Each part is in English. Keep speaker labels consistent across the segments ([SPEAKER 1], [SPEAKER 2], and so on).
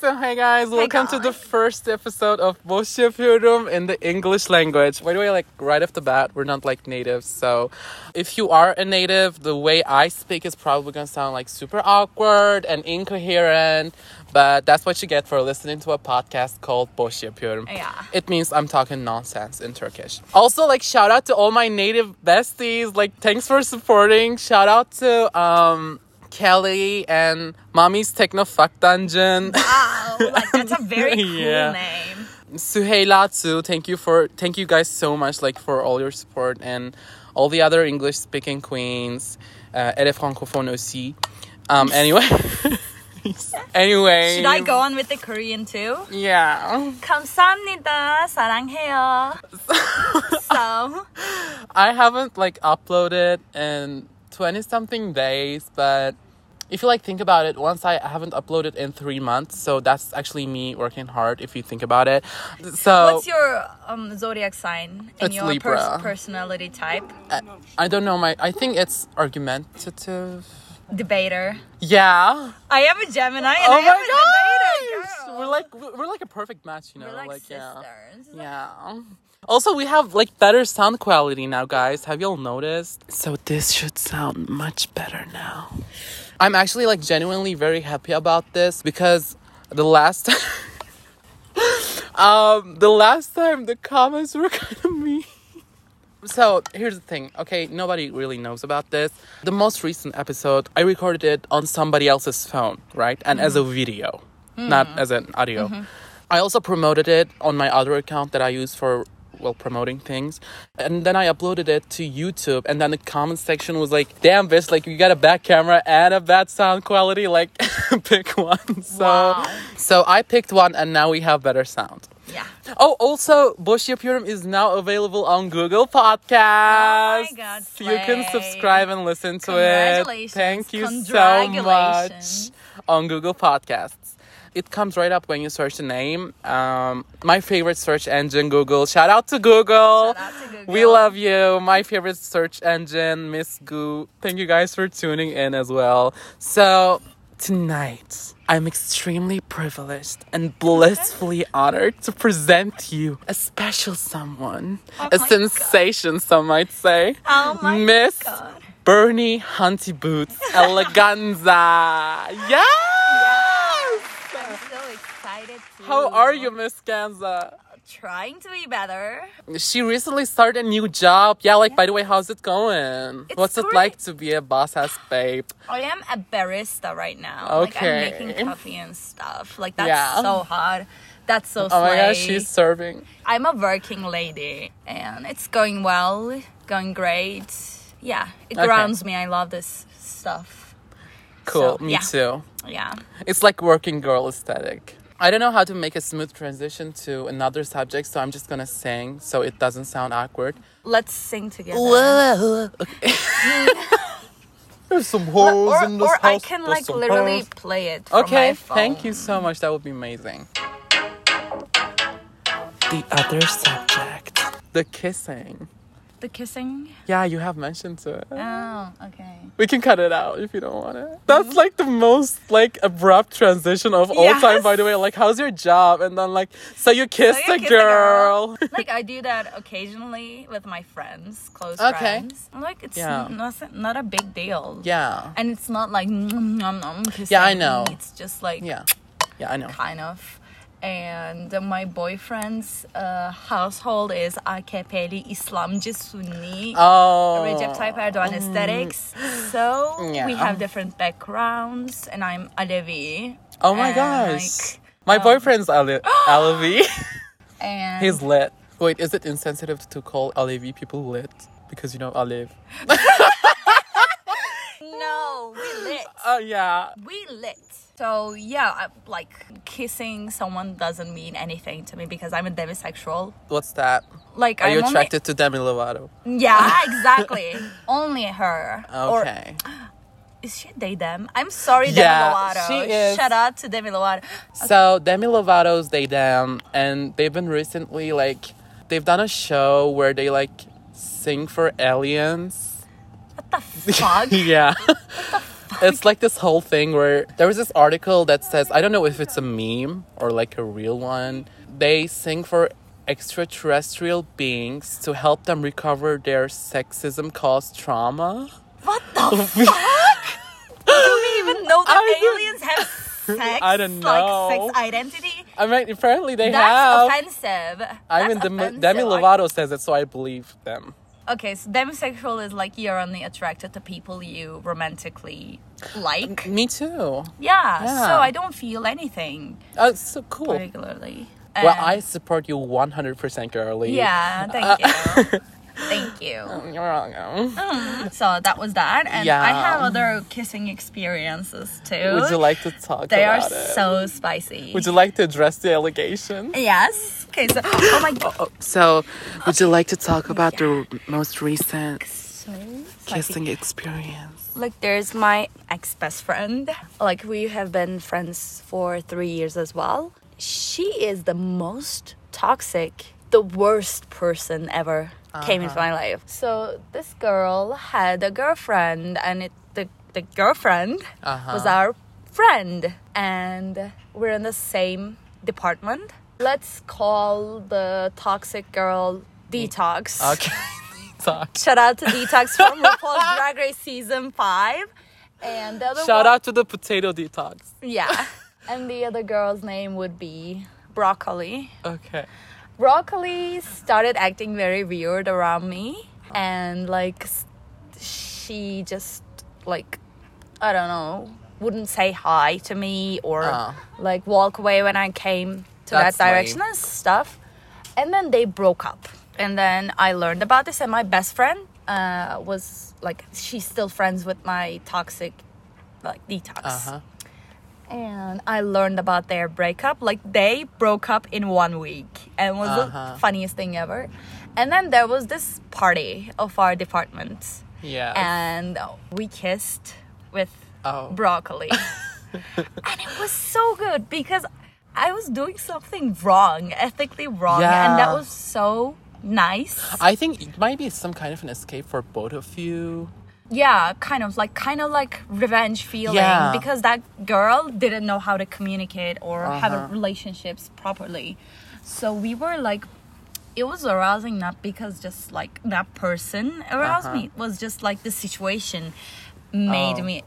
[SPEAKER 1] So hi guys, welcome to the
[SPEAKER 2] guys.
[SPEAKER 1] first episode of Boshia Pyodum in the English language. By the way, like right off the bat, we're not like natives, so if you are a native, the way I speak is probably gonna sound like super awkward and incoherent, but that's what you get for listening to a podcast called Boshia Pyodum.
[SPEAKER 2] Yeah.
[SPEAKER 1] It means I'm talking nonsense in Turkish. Also, like shout out to all my native besties. Like thanks for supporting. Shout out to um Kelly and Mommy's Techno Fuck Dungeon.
[SPEAKER 2] Wow, Ah, oh, like that's a very cool
[SPEAKER 1] Yeah.
[SPEAKER 2] name.
[SPEAKER 1] Suheila too. Thank you for thank you guys so much like for all your support and all the other English speaking queens. Uh, elle est francophone aussi. Um anyway. anyway.
[SPEAKER 2] Should I go on with the Korean too?
[SPEAKER 1] Yeah.
[SPEAKER 2] 감사합니다. 사랑해요. so,
[SPEAKER 1] I haven't like uploaded in 20 something days, but if you like think about it, once I I haven't uploaded in three months, so that's actually me working hard if you think about it. So
[SPEAKER 2] what's your um, zodiac sign and
[SPEAKER 1] It's
[SPEAKER 2] your
[SPEAKER 1] Oh. Libra.
[SPEAKER 2] personality type?
[SPEAKER 1] I, I don't know my I think it's argumentative.
[SPEAKER 2] Debater.
[SPEAKER 1] Yeah.
[SPEAKER 2] I am a Gemini and
[SPEAKER 1] oh
[SPEAKER 2] I am
[SPEAKER 1] my
[SPEAKER 2] a
[SPEAKER 1] god.
[SPEAKER 2] debater. Girl.
[SPEAKER 1] We're like we're like a perfect match, you know.
[SPEAKER 2] We're like,
[SPEAKER 1] yeah.
[SPEAKER 2] sisters.
[SPEAKER 1] Yeah. Also, we have like better sound quality now, guys. Have y'all noticed? So this should sound much better now. I'm actually like genuinely very happy about this because the last um the last time the comments were kind of mean. So here's the thing, okay? Nobody really knows about this. The most recent episode, I recorded it on somebody else's phone, right? And as a video, not as an audio. I also promoted it on my other account that I use for well promoting things and then i uploaded it to youtube and then the comment section was like damn bitch like you got a bad camera and a bad sound quality like pick one so
[SPEAKER 2] Wow.
[SPEAKER 1] so i picked one and now we have better sound
[SPEAKER 2] Yeah.
[SPEAKER 1] Oh, also, Boshia Purim is now available on Google Podcasts.
[SPEAKER 2] Oh my God,
[SPEAKER 1] you can
[SPEAKER 2] slay.
[SPEAKER 1] subscribe and listen to it.
[SPEAKER 2] Congratulations.
[SPEAKER 1] Thank you so much
[SPEAKER 2] Congratulations.
[SPEAKER 1] on Google Podcasts. It comes right up when you search the name. Um, my favorite search engine, Google. Shout out to Google.
[SPEAKER 2] Shout out to Google.
[SPEAKER 1] We love you. My favorite search engine, Miss Goo. Thank you guys for tuning in as well. So, tonight, I'm extremely privileged and blissfully honored to present you a special someone, a
[SPEAKER 2] Oh my
[SPEAKER 1] sensation, some might say.
[SPEAKER 2] Oh my
[SPEAKER 1] Miss
[SPEAKER 2] God.
[SPEAKER 1] Bernie Hunty Boots Eleganza. Yes!
[SPEAKER 2] I'm so excited. Too.
[SPEAKER 1] How are you, Miss Ganza?
[SPEAKER 2] Trying to be better.
[SPEAKER 1] She recently started a new job. Yeah, like by the way, how's it going?
[SPEAKER 2] It's
[SPEAKER 1] What's it
[SPEAKER 2] great.
[SPEAKER 1] like to be a boss ass babe?
[SPEAKER 2] I am a barista right now. Like I'm
[SPEAKER 1] Okay.
[SPEAKER 2] making coffee and stuff. Like that's
[SPEAKER 1] Yeah.
[SPEAKER 2] so hard. That's so
[SPEAKER 1] Oh my gosh,
[SPEAKER 2] slay.
[SPEAKER 1] she's serving.
[SPEAKER 2] I'm a working lady and it's going well, going great. Yeah, it
[SPEAKER 1] Okay.
[SPEAKER 2] grounds me. I love this stuff.
[SPEAKER 1] Cool,
[SPEAKER 2] So,
[SPEAKER 1] me
[SPEAKER 2] yeah.
[SPEAKER 1] too.
[SPEAKER 2] Yeah.
[SPEAKER 1] It's like working girl aesthetic. I don't know how to make a smooth transition to another subject, so I'm just gonna sing so it doesn't sound awkward.
[SPEAKER 2] Let's sing together.
[SPEAKER 1] Whoa. Okay. There's some holes
[SPEAKER 2] or,
[SPEAKER 1] in this
[SPEAKER 2] or I
[SPEAKER 1] house.
[SPEAKER 2] can
[SPEAKER 1] There's
[SPEAKER 2] like
[SPEAKER 1] some
[SPEAKER 2] literally
[SPEAKER 1] hoes.
[SPEAKER 2] play it. From
[SPEAKER 1] Okay,
[SPEAKER 2] my phone.
[SPEAKER 1] thank you so much. That would be amazing. The other subject. The kissing.
[SPEAKER 2] The kissing.
[SPEAKER 1] Yeah, you have mentioned to it.
[SPEAKER 2] Oh, okay.
[SPEAKER 1] We can cut it out if you don't want it.
[SPEAKER 2] Mm-hmm.
[SPEAKER 1] That's like the most like abrupt transition of all time, by the way. Like, how's your job? And then like, so you kissed
[SPEAKER 2] you
[SPEAKER 1] a
[SPEAKER 2] kissed a
[SPEAKER 1] girl.
[SPEAKER 2] girl. like I do that occasionally with my friends, close
[SPEAKER 1] Okay.
[SPEAKER 2] friends. Like it's
[SPEAKER 1] Yeah.
[SPEAKER 2] not not a big deal.
[SPEAKER 1] yeah.
[SPEAKER 2] And it's not like mm, nom nom nom.
[SPEAKER 1] Yeah, I know.
[SPEAKER 2] It's just like
[SPEAKER 1] Yeah. Yeah, I know.
[SPEAKER 2] kind of. And my boyfriend's uh, household is AKP'li Islamcı Sunni.
[SPEAKER 1] Oh.
[SPEAKER 2] Recep Tayyip Erdogan aesthetics. So
[SPEAKER 1] Yeah.
[SPEAKER 2] we have different backgrounds, and I'm Alevi.
[SPEAKER 1] Oh my
[SPEAKER 2] and,
[SPEAKER 1] gosh.
[SPEAKER 2] like, um,
[SPEAKER 1] My boyfriend's Ali- Alavi.
[SPEAKER 2] and
[SPEAKER 1] He's lit. Um, Wait, is it insensitive to call Alevi people lit? Because you know Alev.
[SPEAKER 2] no, we lit.
[SPEAKER 1] Oh, yeah.
[SPEAKER 2] we lit. So yeah, I, like kissing someone doesn't mean anything to me because I'm a demisexual.
[SPEAKER 1] What's that?
[SPEAKER 2] Like
[SPEAKER 1] Are
[SPEAKER 2] I'm
[SPEAKER 1] you
[SPEAKER 2] only-
[SPEAKER 1] attracted to Demi Lovato?
[SPEAKER 2] yeah, exactly. only her. Or
[SPEAKER 1] Okay.
[SPEAKER 2] is she they them? I'm sorry,
[SPEAKER 1] Yeah,
[SPEAKER 2] Demi Lovato.
[SPEAKER 1] she is.
[SPEAKER 2] Shout out to Demi Lovato.
[SPEAKER 1] so Demi Lovato's They Them, and they've been recently like, they've done a show where they like sing for aliens.
[SPEAKER 2] What the fuck?
[SPEAKER 1] Yeah. it's like this whole thing where there was this article that says I don't know if it's a meme or like a real one. They sing for extraterrestrial beings to help them recover their sexism caused trauma.
[SPEAKER 2] What the fuck? Do we even know that
[SPEAKER 1] Oh, I don't-
[SPEAKER 2] aliens have sex?
[SPEAKER 1] I don't
[SPEAKER 2] Like
[SPEAKER 1] know.
[SPEAKER 2] sex identity?
[SPEAKER 1] I mean, apparently they have.
[SPEAKER 2] That's offensive.
[SPEAKER 1] I mean,
[SPEAKER 2] That's
[SPEAKER 1] Demi,
[SPEAKER 2] offensive.
[SPEAKER 1] Demi
[SPEAKER 2] I-
[SPEAKER 1] Lovato says it, so I believe them.
[SPEAKER 2] Okay, so demisexual is like you're only attracted to people you romantically like.
[SPEAKER 1] Me too.
[SPEAKER 2] Yeah,
[SPEAKER 1] Mm-hmm. Yeah.
[SPEAKER 2] so I don't feel anything
[SPEAKER 1] Oh, it's so cool.
[SPEAKER 2] particularly.
[SPEAKER 1] well,
[SPEAKER 2] And-
[SPEAKER 1] I support you 100%, girly.
[SPEAKER 2] Yeah, thank
[SPEAKER 1] Uh,
[SPEAKER 2] you. Thank you.
[SPEAKER 1] You're welcome.
[SPEAKER 2] So that was that, and I
[SPEAKER 1] Yeah.
[SPEAKER 2] had other kissing experiences too.
[SPEAKER 1] Would you like to talk
[SPEAKER 2] They are
[SPEAKER 1] about it?
[SPEAKER 2] so spicy.
[SPEAKER 1] Would you like to address the allegation?
[SPEAKER 2] Yes. Okay. So, oh my god.
[SPEAKER 1] So, would you like to talk about the most recent
[SPEAKER 2] So spicy.
[SPEAKER 1] kissing experience?
[SPEAKER 2] Look, there's my ex best friend. Like we have been friends for three years as well. She is the most toxic, the worst person ever came into my life. So this girl had a girlfriend, and it the the girlfriend was our friend, and we're in the same department. Let's call the toxic girl detox.
[SPEAKER 1] Okay. Talk.
[SPEAKER 2] Shout out to Detox from RuPaul's Drag Race season five, and the other
[SPEAKER 1] Shout
[SPEAKER 2] one-
[SPEAKER 1] out to the potato detox.
[SPEAKER 2] yeah, and the other girl's name would be Broccoli.
[SPEAKER 1] Okay.
[SPEAKER 2] Broccoli started acting very weird around me, and like s- she just like I don't know wouldn't say hi to me or
[SPEAKER 1] Oh.
[SPEAKER 2] like walk away when I came to
[SPEAKER 1] That's
[SPEAKER 2] that
[SPEAKER 1] lame.
[SPEAKER 2] direction and stuff. And then they broke up, and then I learned about this, and my best friend uh, was like she's still friends with my toxic like detox
[SPEAKER 1] Uh huh.
[SPEAKER 2] and I learned about their breakup. Like they broke up in one week, and was
[SPEAKER 1] Uh-huh.
[SPEAKER 2] the funniest thing ever. And then there was this party of our department,
[SPEAKER 1] Yeah.
[SPEAKER 2] and we kissed with
[SPEAKER 1] Oh.
[SPEAKER 2] broccoli, and it was so good because I was doing something wrong, ethically wrong, and that
[SPEAKER 1] Yeah.
[SPEAKER 2] was so nice.
[SPEAKER 1] I think it might be some kind of an escape for both of you.
[SPEAKER 2] yeah kind of like kind of like revenge feeling
[SPEAKER 1] Yeah.
[SPEAKER 2] because that girl didn't know how to communicate or have
[SPEAKER 1] Uh-huh.
[SPEAKER 2] a relationships properly so we were like it was arousing not because just like that person aroused
[SPEAKER 1] Uh-huh.
[SPEAKER 2] me it was just like the situation made
[SPEAKER 1] Oh.
[SPEAKER 2] me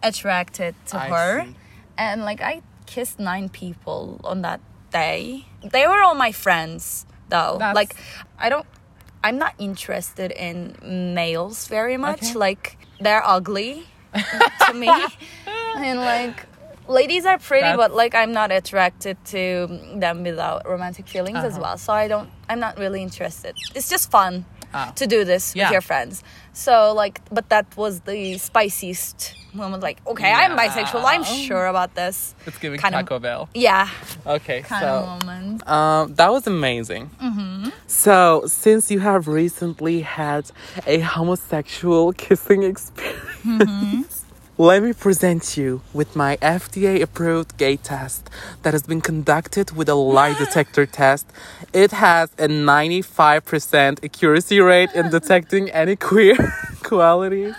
[SPEAKER 2] attracted to
[SPEAKER 1] I
[SPEAKER 2] her
[SPEAKER 1] see.
[SPEAKER 2] and like i kissed nine people on that day they were all my friends though
[SPEAKER 1] That's-
[SPEAKER 2] like i don't i'm not interested in males very much
[SPEAKER 1] Okay.
[SPEAKER 2] like they're ugly to me and like ladies are pretty
[SPEAKER 1] That's-
[SPEAKER 2] but like i'm not attracted to them without romantic feelings as
[SPEAKER 1] Uh-huh.
[SPEAKER 2] well so i don't i'm not really interested it's just fun
[SPEAKER 1] Ah.
[SPEAKER 2] to do this
[SPEAKER 1] Yeah.
[SPEAKER 2] with your friends so like but that was the spiciest moment like okay i'm bisexual i'm
[SPEAKER 1] Yeah.
[SPEAKER 2] sure about this
[SPEAKER 1] It's giving
[SPEAKER 2] Kind of-
[SPEAKER 1] Taco Bell.
[SPEAKER 2] yeah
[SPEAKER 1] Okay,
[SPEAKER 2] kind
[SPEAKER 1] so.
[SPEAKER 2] of moment
[SPEAKER 1] Um, that was amazing. So, since you have recently had a homosexual kissing experience, let me present you with my FDA approved gay test that has been conducted with a lie detector test. It has a 95% accuracy rate in detecting any queer qualities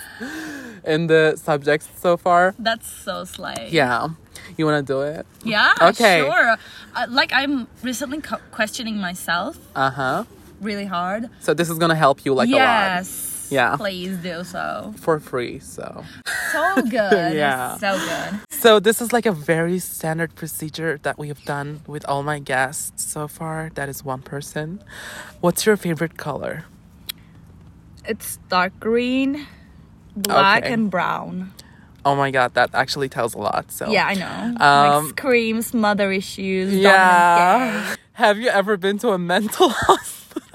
[SPEAKER 1] in the subjects so far.
[SPEAKER 2] that's so slay
[SPEAKER 1] Yeah. You want to do it?
[SPEAKER 2] yeah
[SPEAKER 1] Okay.
[SPEAKER 2] sure uh, like i'm recently co- questioning myself
[SPEAKER 1] Uh huh.
[SPEAKER 2] really hard
[SPEAKER 1] So, this is going to help you like a lot.
[SPEAKER 2] yes
[SPEAKER 1] Yeah.
[SPEAKER 2] please do so
[SPEAKER 1] for free. So,
[SPEAKER 2] so good
[SPEAKER 1] Yeah.
[SPEAKER 2] so good
[SPEAKER 1] so this is like a very standard procedure that we have done with all my guests so far. That is one person. What's your favorite color?
[SPEAKER 2] it's dark green black
[SPEAKER 1] Okay.
[SPEAKER 2] and brown
[SPEAKER 1] Oh my god, that actually tells a lot. So
[SPEAKER 2] yeah i know
[SPEAKER 1] Um,
[SPEAKER 2] like screams mother issues dominant
[SPEAKER 1] yeah.
[SPEAKER 2] gay.
[SPEAKER 1] Have you ever been to a mental hospital?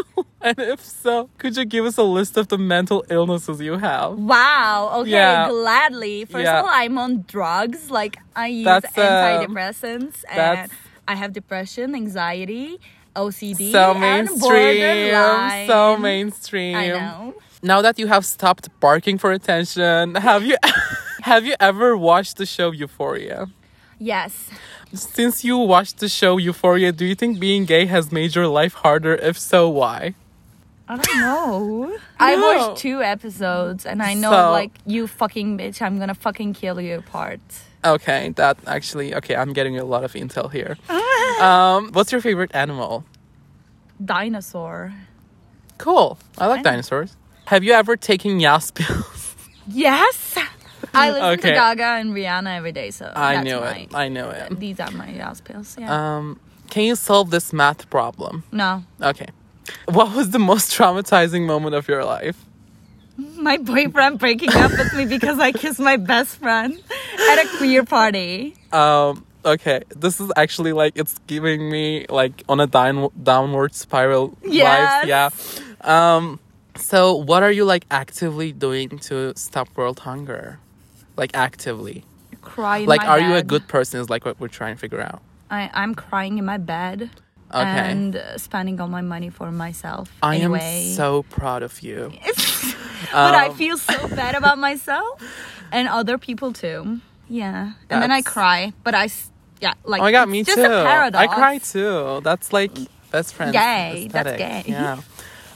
[SPEAKER 1] And if so, could you give us a list of the mental illnesses you have?
[SPEAKER 2] Wow. Okay.
[SPEAKER 1] Yeah.
[SPEAKER 2] Gladly. First
[SPEAKER 1] Yeah.
[SPEAKER 2] of all, I'm on drugs. Like I use
[SPEAKER 1] That's, um,
[SPEAKER 2] antidepressants, and
[SPEAKER 1] that's-
[SPEAKER 2] I have depression, anxiety, OCD,
[SPEAKER 1] So
[SPEAKER 2] and
[SPEAKER 1] mainstream.
[SPEAKER 2] borderline.
[SPEAKER 1] So mainstream.
[SPEAKER 2] I know.
[SPEAKER 1] Now that you have stopped barking for attention, have you have you ever watched the show Euphoria?
[SPEAKER 2] Yes.
[SPEAKER 1] Since you watched the show Euphoria, do you think being gay has made your life harder? If so, why?
[SPEAKER 2] I don't know. I
[SPEAKER 1] No.
[SPEAKER 2] watched two episodes and I know
[SPEAKER 1] So-
[SPEAKER 2] like you fucking bitch, I'm gonna fucking kill you part.
[SPEAKER 1] Okay, that actually okay. I'm getting a lot of intel here. um, what's your favorite animal?
[SPEAKER 2] Dinosaur.
[SPEAKER 1] Cool. I like
[SPEAKER 2] Dino-
[SPEAKER 1] dinosaurs. Have you ever taken Yas pills?
[SPEAKER 2] Yes. I listen
[SPEAKER 1] Okay.
[SPEAKER 2] to Gaga and Rihanna every day, so
[SPEAKER 1] I
[SPEAKER 2] that's
[SPEAKER 1] knew
[SPEAKER 2] my,
[SPEAKER 1] it. I knew it.
[SPEAKER 2] These are my house pills. Yeah.
[SPEAKER 1] Um, can you solve this math problem?
[SPEAKER 2] no,
[SPEAKER 1] Okay. What was the most traumatizing moment of your life?
[SPEAKER 2] my boyfriend breaking up with me because I kissed my best friend at a queer party.
[SPEAKER 1] Um, okay, this is actually like it's giving me like on a down- downward spiral. Vibes.
[SPEAKER 2] Yes.
[SPEAKER 1] Yeah. Um, so what are you like actively doing to stop world hunger? Like actively.
[SPEAKER 2] Crying.
[SPEAKER 1] like, are you a good person? Is like what we're trying to figure out.
[SPEAKER 2] I, I'm crying in my bed.
[SPEAKER 1] Okay.
[SPEAKER 2] And uh, spending all my money for myself.
[SPEAKER 1] I
[SPEAKER 2] anyway.
[SPEAKER 1] am so proud of you.
[SPEAKER 2] but I
[SPEAKER 1] Um,
[SPEAKER 2] feel so bad about myself and other people too. Yeah. And then I
[SPEAKER 1] That's-
[SPEAKER 2] cry, but I, s- yeah, like,
[SPEAKER 1] Oh my god,
[SPEAKER 2] it's
[SPEAKER 1] me
[SPEAKER 2] just
[SPEAKER 1] too.
[SPEAKER 2] a paradox.
[SPEAKER 1] I cry too. That's like best friend.
[SPEAKER 2] Gay, that's gay.
[SPEAKER 1] Yeah.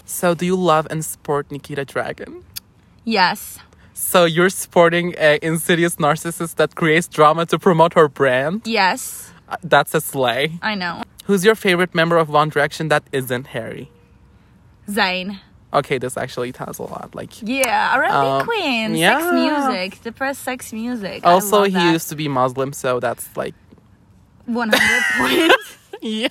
[SPEAKER 1] So do you love and support Nikita Dragon?
[SPEAKER 2] Yes.
[SPEAKER 1] So you're sporting a insidious narcissist that creates drama to promote her brand.
[SPEAKER 2] Yes.
[SPEAKER 1] Uh, That's a slay.
[SPEAKER 2] I know.
[SPEAKER 1] Who's your favorite member of One Direction that isn't Harry?
[SPEAKER 2] Zayn.
[SPEAKER 1] Okay, this actually tells a lot. Like
[SPEAKER 2] Yeah, R&B
[SPEAKER 1] Um,
[SPEAKER 2] queen,
[SPEAKER 1] yeah.
[SPEAKER 2] sex music, depressed sex music. I
[SPEAKER 1] also
[SPEAKER 2] love
[SPEAKER 1] he
[SPEAKER 2] that.
[SPEAKER 1] used to be Muslim, so that's like
[SPEAKER 2] 100 points.
[SPEAKER 1] yeah.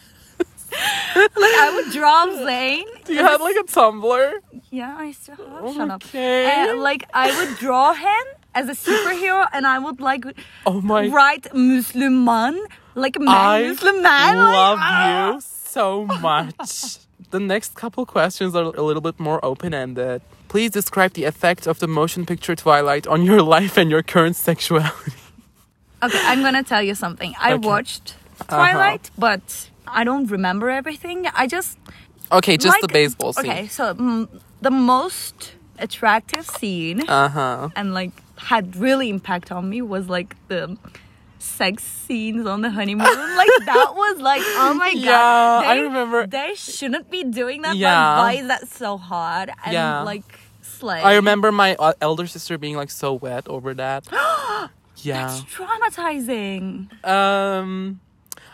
[SPEAKER 2] like I would draw Zayn.
[SPEAKER 1] Do you have like a Tumblr?
[SPEAKER 2] Yeah, I still have. Shut up.
[SPEAKER 1] Okay.
[SPEAKER 2] Uh, like I would draw him as a superhero, and I would like
[SPEAKER 1] Oh my
[SPEAKER 2] write Musliman like man
[SPEAKER 1] I
[SPEAKER 2] Muslim man. like, ah.
[SPEAKER 1] love you so much. the next couple questions are a little bit more open ended. Please describe the effect of the motion picture Twilight on your life and your current sexuality.
[SPEAKER 2] Okay, I'm gonna tell you something. I
[SPEAKER 1] Okay. Uh-huh.
[SPEAKER 2] watched Twilight, but I don't remember everything. I just
[SPEAKER 1] Okay, just the
[SPEAKER 2] like-
[SPEAKER 1] baseball scene.
[SPEAKER 2] Okay, so mm, the most attractive scene
[SPEAKER 1] Uh huh.
[SPEAKER 2] and like had really impact on me was like the sex scenes on the honeymoon. like that was like oh my god.
[SPEAKER 1] Yeah, I remember.
[SPEAKER 2] They shouldn't be doing that.
[SPEAKER 1] Yeah.
[SPEAKER 2] Like why is that so hard? And
[SPEAKER 1] Yeah.
[SPEAKER 2] like slay.
[SPEAKER 1] I remember my uh, elder sister being like so wet over that. yeah.
[SPEAKER 2] It's traumatizing.
[SPEAKER 1] Um,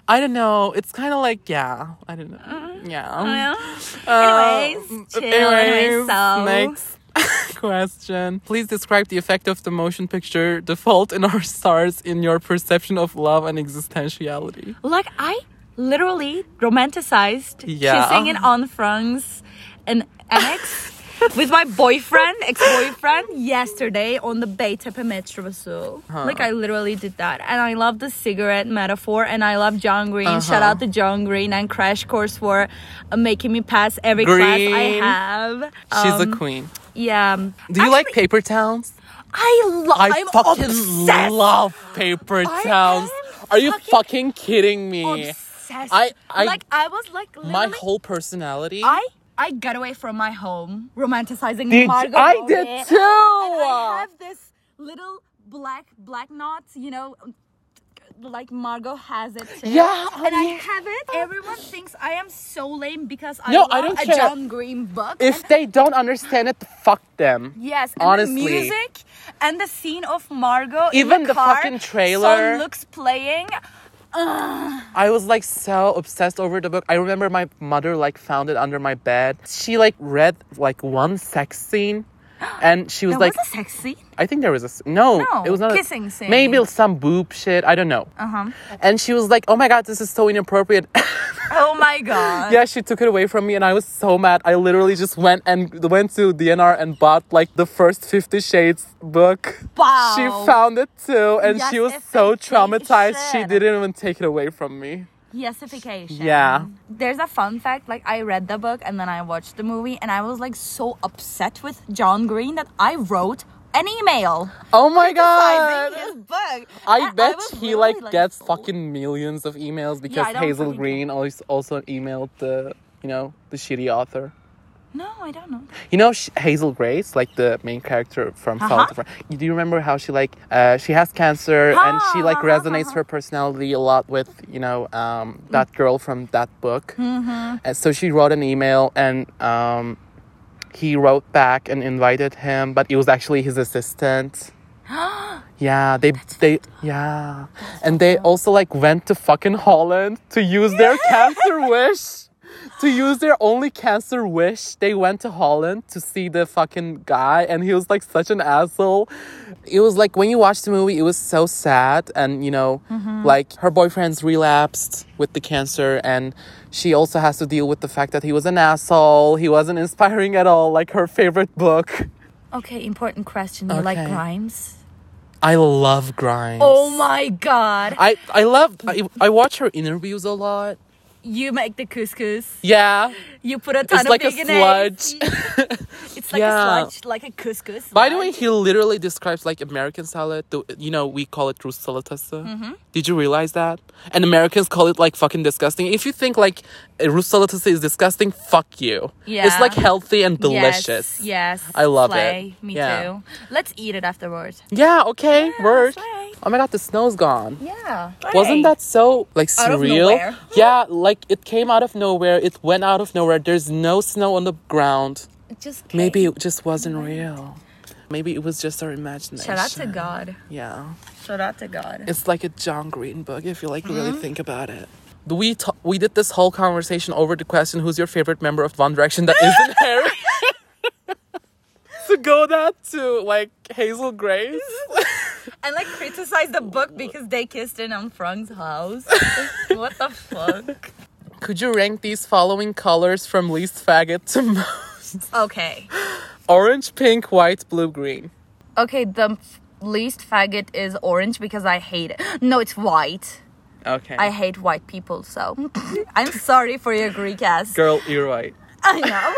[SPEAKER 1] I don't know. It's kind of like yeah. I don't know. Yeah.
[SPEAKER 2] Mm-hmm. Oh,
[SPEAKER 1] uh,
[SPEAKER 2] Anyways,
[SPEAKER 1] Um,
[SPEAKER 2] chill, anyways, so-
[SPEAKER 1] next question. Please describe the effect of the motion picture The Fault in Our Stars in your perception of love and existentiality.
[SPEAKER 2] like I literally romanticized
[SPEAKER 1] Yeah.
[SPEAKER 2] kissing in on France and annex with my boyfriend, ex-boyfriend, yesterday on the Beytepe metrosu. Like I literally did that, and I love the cigarette metaphor, and I love John Green. Shout
[SPEAKER 1] Uh-huh.
[SPEAKER 2] out to John Green and Crash Course for uh, making me pass every class
[SPEAKER 1] Green.
[SPEAKER 2] I have.
[SPEAKER 1] She's
[SPEAKER 2] Um,
[SPEAKER 1] a queen.
[SPEAKER 2] yeah.
[SPEAKER 1] Do you like paper towns?
[SPEAKER 2] I love.
[SPEAKER 1] I
[SPEAKER 2] I'm
[SPEAKER 1] fucking
[SPEAKER 2] obsessed.
[SPEAKER 1] love paper
[SPEAKER 2] I
[SPEAKER 1] towns.
[SPEAKER 2] am
[SPEAKER 1] Are you
[SPEAKER 2] fucking
[SPEAKER 1] fucking kidding me?
[SPEAKER 2] Obsessed.
[SPEAKER 1] I- I-
[SPEAKER 2] like I was like literally
[SPEAKER 1] My whole personality.
[SPEAKER 2] I I got away from my home, romanticizing
[SPEAKER 1] Did-
[SPEAKER 2] Margot
[SPEAKER 1] I
[SPEAKER 2] Robbie.
[SPEAKER 1] did too.
[SPEAKER 2] And I have this little black black knot, you know, like Margot has it too.
[SPEAKER 1] Yeah,
[SPEAKER 2] and I
[SPEAKER 1] yeah.
[SPEAKER 2] have it. Everyone thinks I am so lame because I
[SPEAKER 1] No,
[SPEAKER 2] love
[SPEAKER 1] I don't
[SPEAKER 2] a
[SPEAKER 1] care.
[SPEAKER 2] John Green book.
[SPEAKER 1] if they don't understand it, fuck them.
[SPEAKER 2] Yes, and
[SPEAKER 1] Honestly.
[SPEAKER 2] the music and the scene of Margot.
[SPEAKER 1] Even
[SPEAKER 2] in the,
[SPEAKER 1] the
[SPEAKER 2] car,
[SPEAKER 1] fucking trailer.
[SPEAKER 2] Song looks playing.
[SPEAKER 1] I was like so obsessed over the book. I remember my mother like found it under my bed. She like read like one sex scene and she was
[SPEAKER 2] There
[SPEAKER 1] like
[SPEAKER 2] was a sex scene.
[SPEAKER 1] I think there was a s- no,
[SPEAKER 2] No,
[SPEAKER 1] it was not a-
[SPEAKER 2] kissing scene.
[SPEAKER 1] Maybe some boob shit, I don't know.
[SPEAKER 2] Uh huh.
[SPEAKER 1] And she was like, "Oh my god, this is so inappropriate."
[SPEAKER 2] Oh my god.
[SPEAKER 1] yeah, she took it away from me and I was so mad. I literally just went and went to DNR and bought like the first 50 Shades book.
[SPEAKER 2] Wow.
[SPEAKER 1] She found it too and
[SPEAKER 2] Yes,
[SPEAKER 1] she was
[SPEAKER 2] if
[SPEAKER 1] so
[SPEAKER 2] they take
[SPEAKER 1] traumatized. She
[SPEAKER 2] shit.
[SPEAKER 1] didn't even take it away from me.
[SPEAKER 2] Yesification.
[SPEAKER 1] Yeah.
[SPEAKER 2] There's a fun fact like I read the book and then I watched the movie and I was like so upset with John Green that I wrote an email.
[SPEAKER 1] Oh my god.
[SPEAKER 2] criticizing his book.
[SPEAKER 1] I
[SPEAKER 2] And
[SPEAKER 1] bet
[SPEAKER 2] was
[SPEAKER 1] he
[SPEAKER 2] really,
[SPEAKER 1] like, gets
[SPEAKER 2] so-
[SPEAKER 1] fucking millions of emails because
[SPEAKER 2] I don't
[SPEAKER 1] Hazel
[SPEAKER 2] fucking
[SPEAKER 1] Green always also emailed the you know the shitty author.
[SPEAKER 2] No, I don't know.
[SPEAKER 1] You know sh- Hazel Grace, like the main character from
[SPEAKER 2] Uh-huh.
[SPEAKER 1] Salt. You do you remember how she like uh, she has cancer and she like
[SPEAKER 2] Ha, ha, ha,
[SPEAKER 1] resonates her
[SPEAKER 2] ha.
[SPEAKER 1] personality a lot with you know um, that girl from that book. And so she wrote an email and um, he wrote back and invited him, but it was actually his assistant. yeah, they they yeah, and they also like went to fucking Holland to use their cancer wish. To use their only cancer wish, they went to Holland to see the fucking guy, and he was like such an asshole. It was like when you watch the movie, it was so sad, and you know, like her boyfriend's relapsed with the cancer, and she also has to deal with the fact that he was an asshole. He wasn't inspiring at all, like her favorite book.
[SPEAKER 2] Okay, important question. You like
[SPEAKER 1] Okay.
[SPEAKER 2] Grimes?
[SPEAKER 1] I love Grimes.
[SPEAKER 2] Oh my god.
[SPEAKER 1] I I love I, I watch her interviews a lot.
[SPEAKER 2] You make the couscous.
[SPEAKER 1] Yeah,
[SPEAKER 2] You put a
[SPEAKER 1] it's
[SPEAKER 2] ton of
[SPEAKER 1] like a
[SPEAKER 2] mayonnaise.
[SPEAKER 1] sludge.
[SPEAKER 2] It's like
[SPEAKER 1] Yeah.
[SPEAKER 2] a sludge, like a couscous.
[SPEAKER 1] By the way,
[SPEAKER 2] sludge.
[SPEAKER 1] he literally describes like American salad. To, you know, we call it rusalatasa.
[SPEAKER 2] Mm-hmm.
[SPEAKER 1] Did you realize that? And Americans call it like fucking disgusting. If you think like rusalatasa is disgusting, fuck you. It's
[SPEAKER 2] Yeah.
[SPEAKER 1] like healthy and delicious.
[SPEAKER 2] Yes, yes.
[SPEAKER 1] I love
[SPEAKER 2] slay.
[SPEAKER 1] it.
[SPEAKER 2] Me
[SPEAKER 1] Yeah.
[SPEAKER 2] too. Let's eat it afterwards.
[SPEAKER 1] Yeah, okay, word.
[SPEAKER 2] slay.
[SPEAKER 1] Oh my god, the snow's gone.
[SPEAKER 2] Yeah.
[SPEAKER 1] Wasn't that so like
[SPEAKER 2] Out of
[SPEAKER 1] surreal?
[SPEAKER 2] nowhere.
[SPEAKER 1] yeah, like it came out of nowhere. It went out of nowhere. There's no snow on the ground.
[SPEAKER 2] just came.
[SPEAKER 1] Maybe it just wasn't real. Maybe it was just our imagination.
[SPEAKER 2] Shout out to God.
[SPEAKER 1] Yeah.
[SPEAKER 2] Shout out to God.
[SPEAKER 1] It's like a John Green book if you like
[SPEAKER 2] Mm-hmm.
[SPEAKER 1] really think about it. We t- we did this whole conversation over the question who's your favorite member of One Direction that isn't Harry. to go that to like Hazel Grace.
[SPEAKER 2] and like criticize the book because they kissed in on Frank's house. what the fuck?
[SPEAKER 1] Could you rank these following colors from least faggot to most?
[SPEAKER 2] Okay.
[SPEAKER 1] Orange, pink, white, blue, green.
[SPEAKER 2] Okay, the f- least faggot is orange because I hate it. No, it's white.
[SPEAKER 1] Okay.
[SPEAKER 2] I hate white people, so I'm sorry for your Greek ass.
[SPEAKER 1] Girl, you're right.
[SPEAKER 2] I know.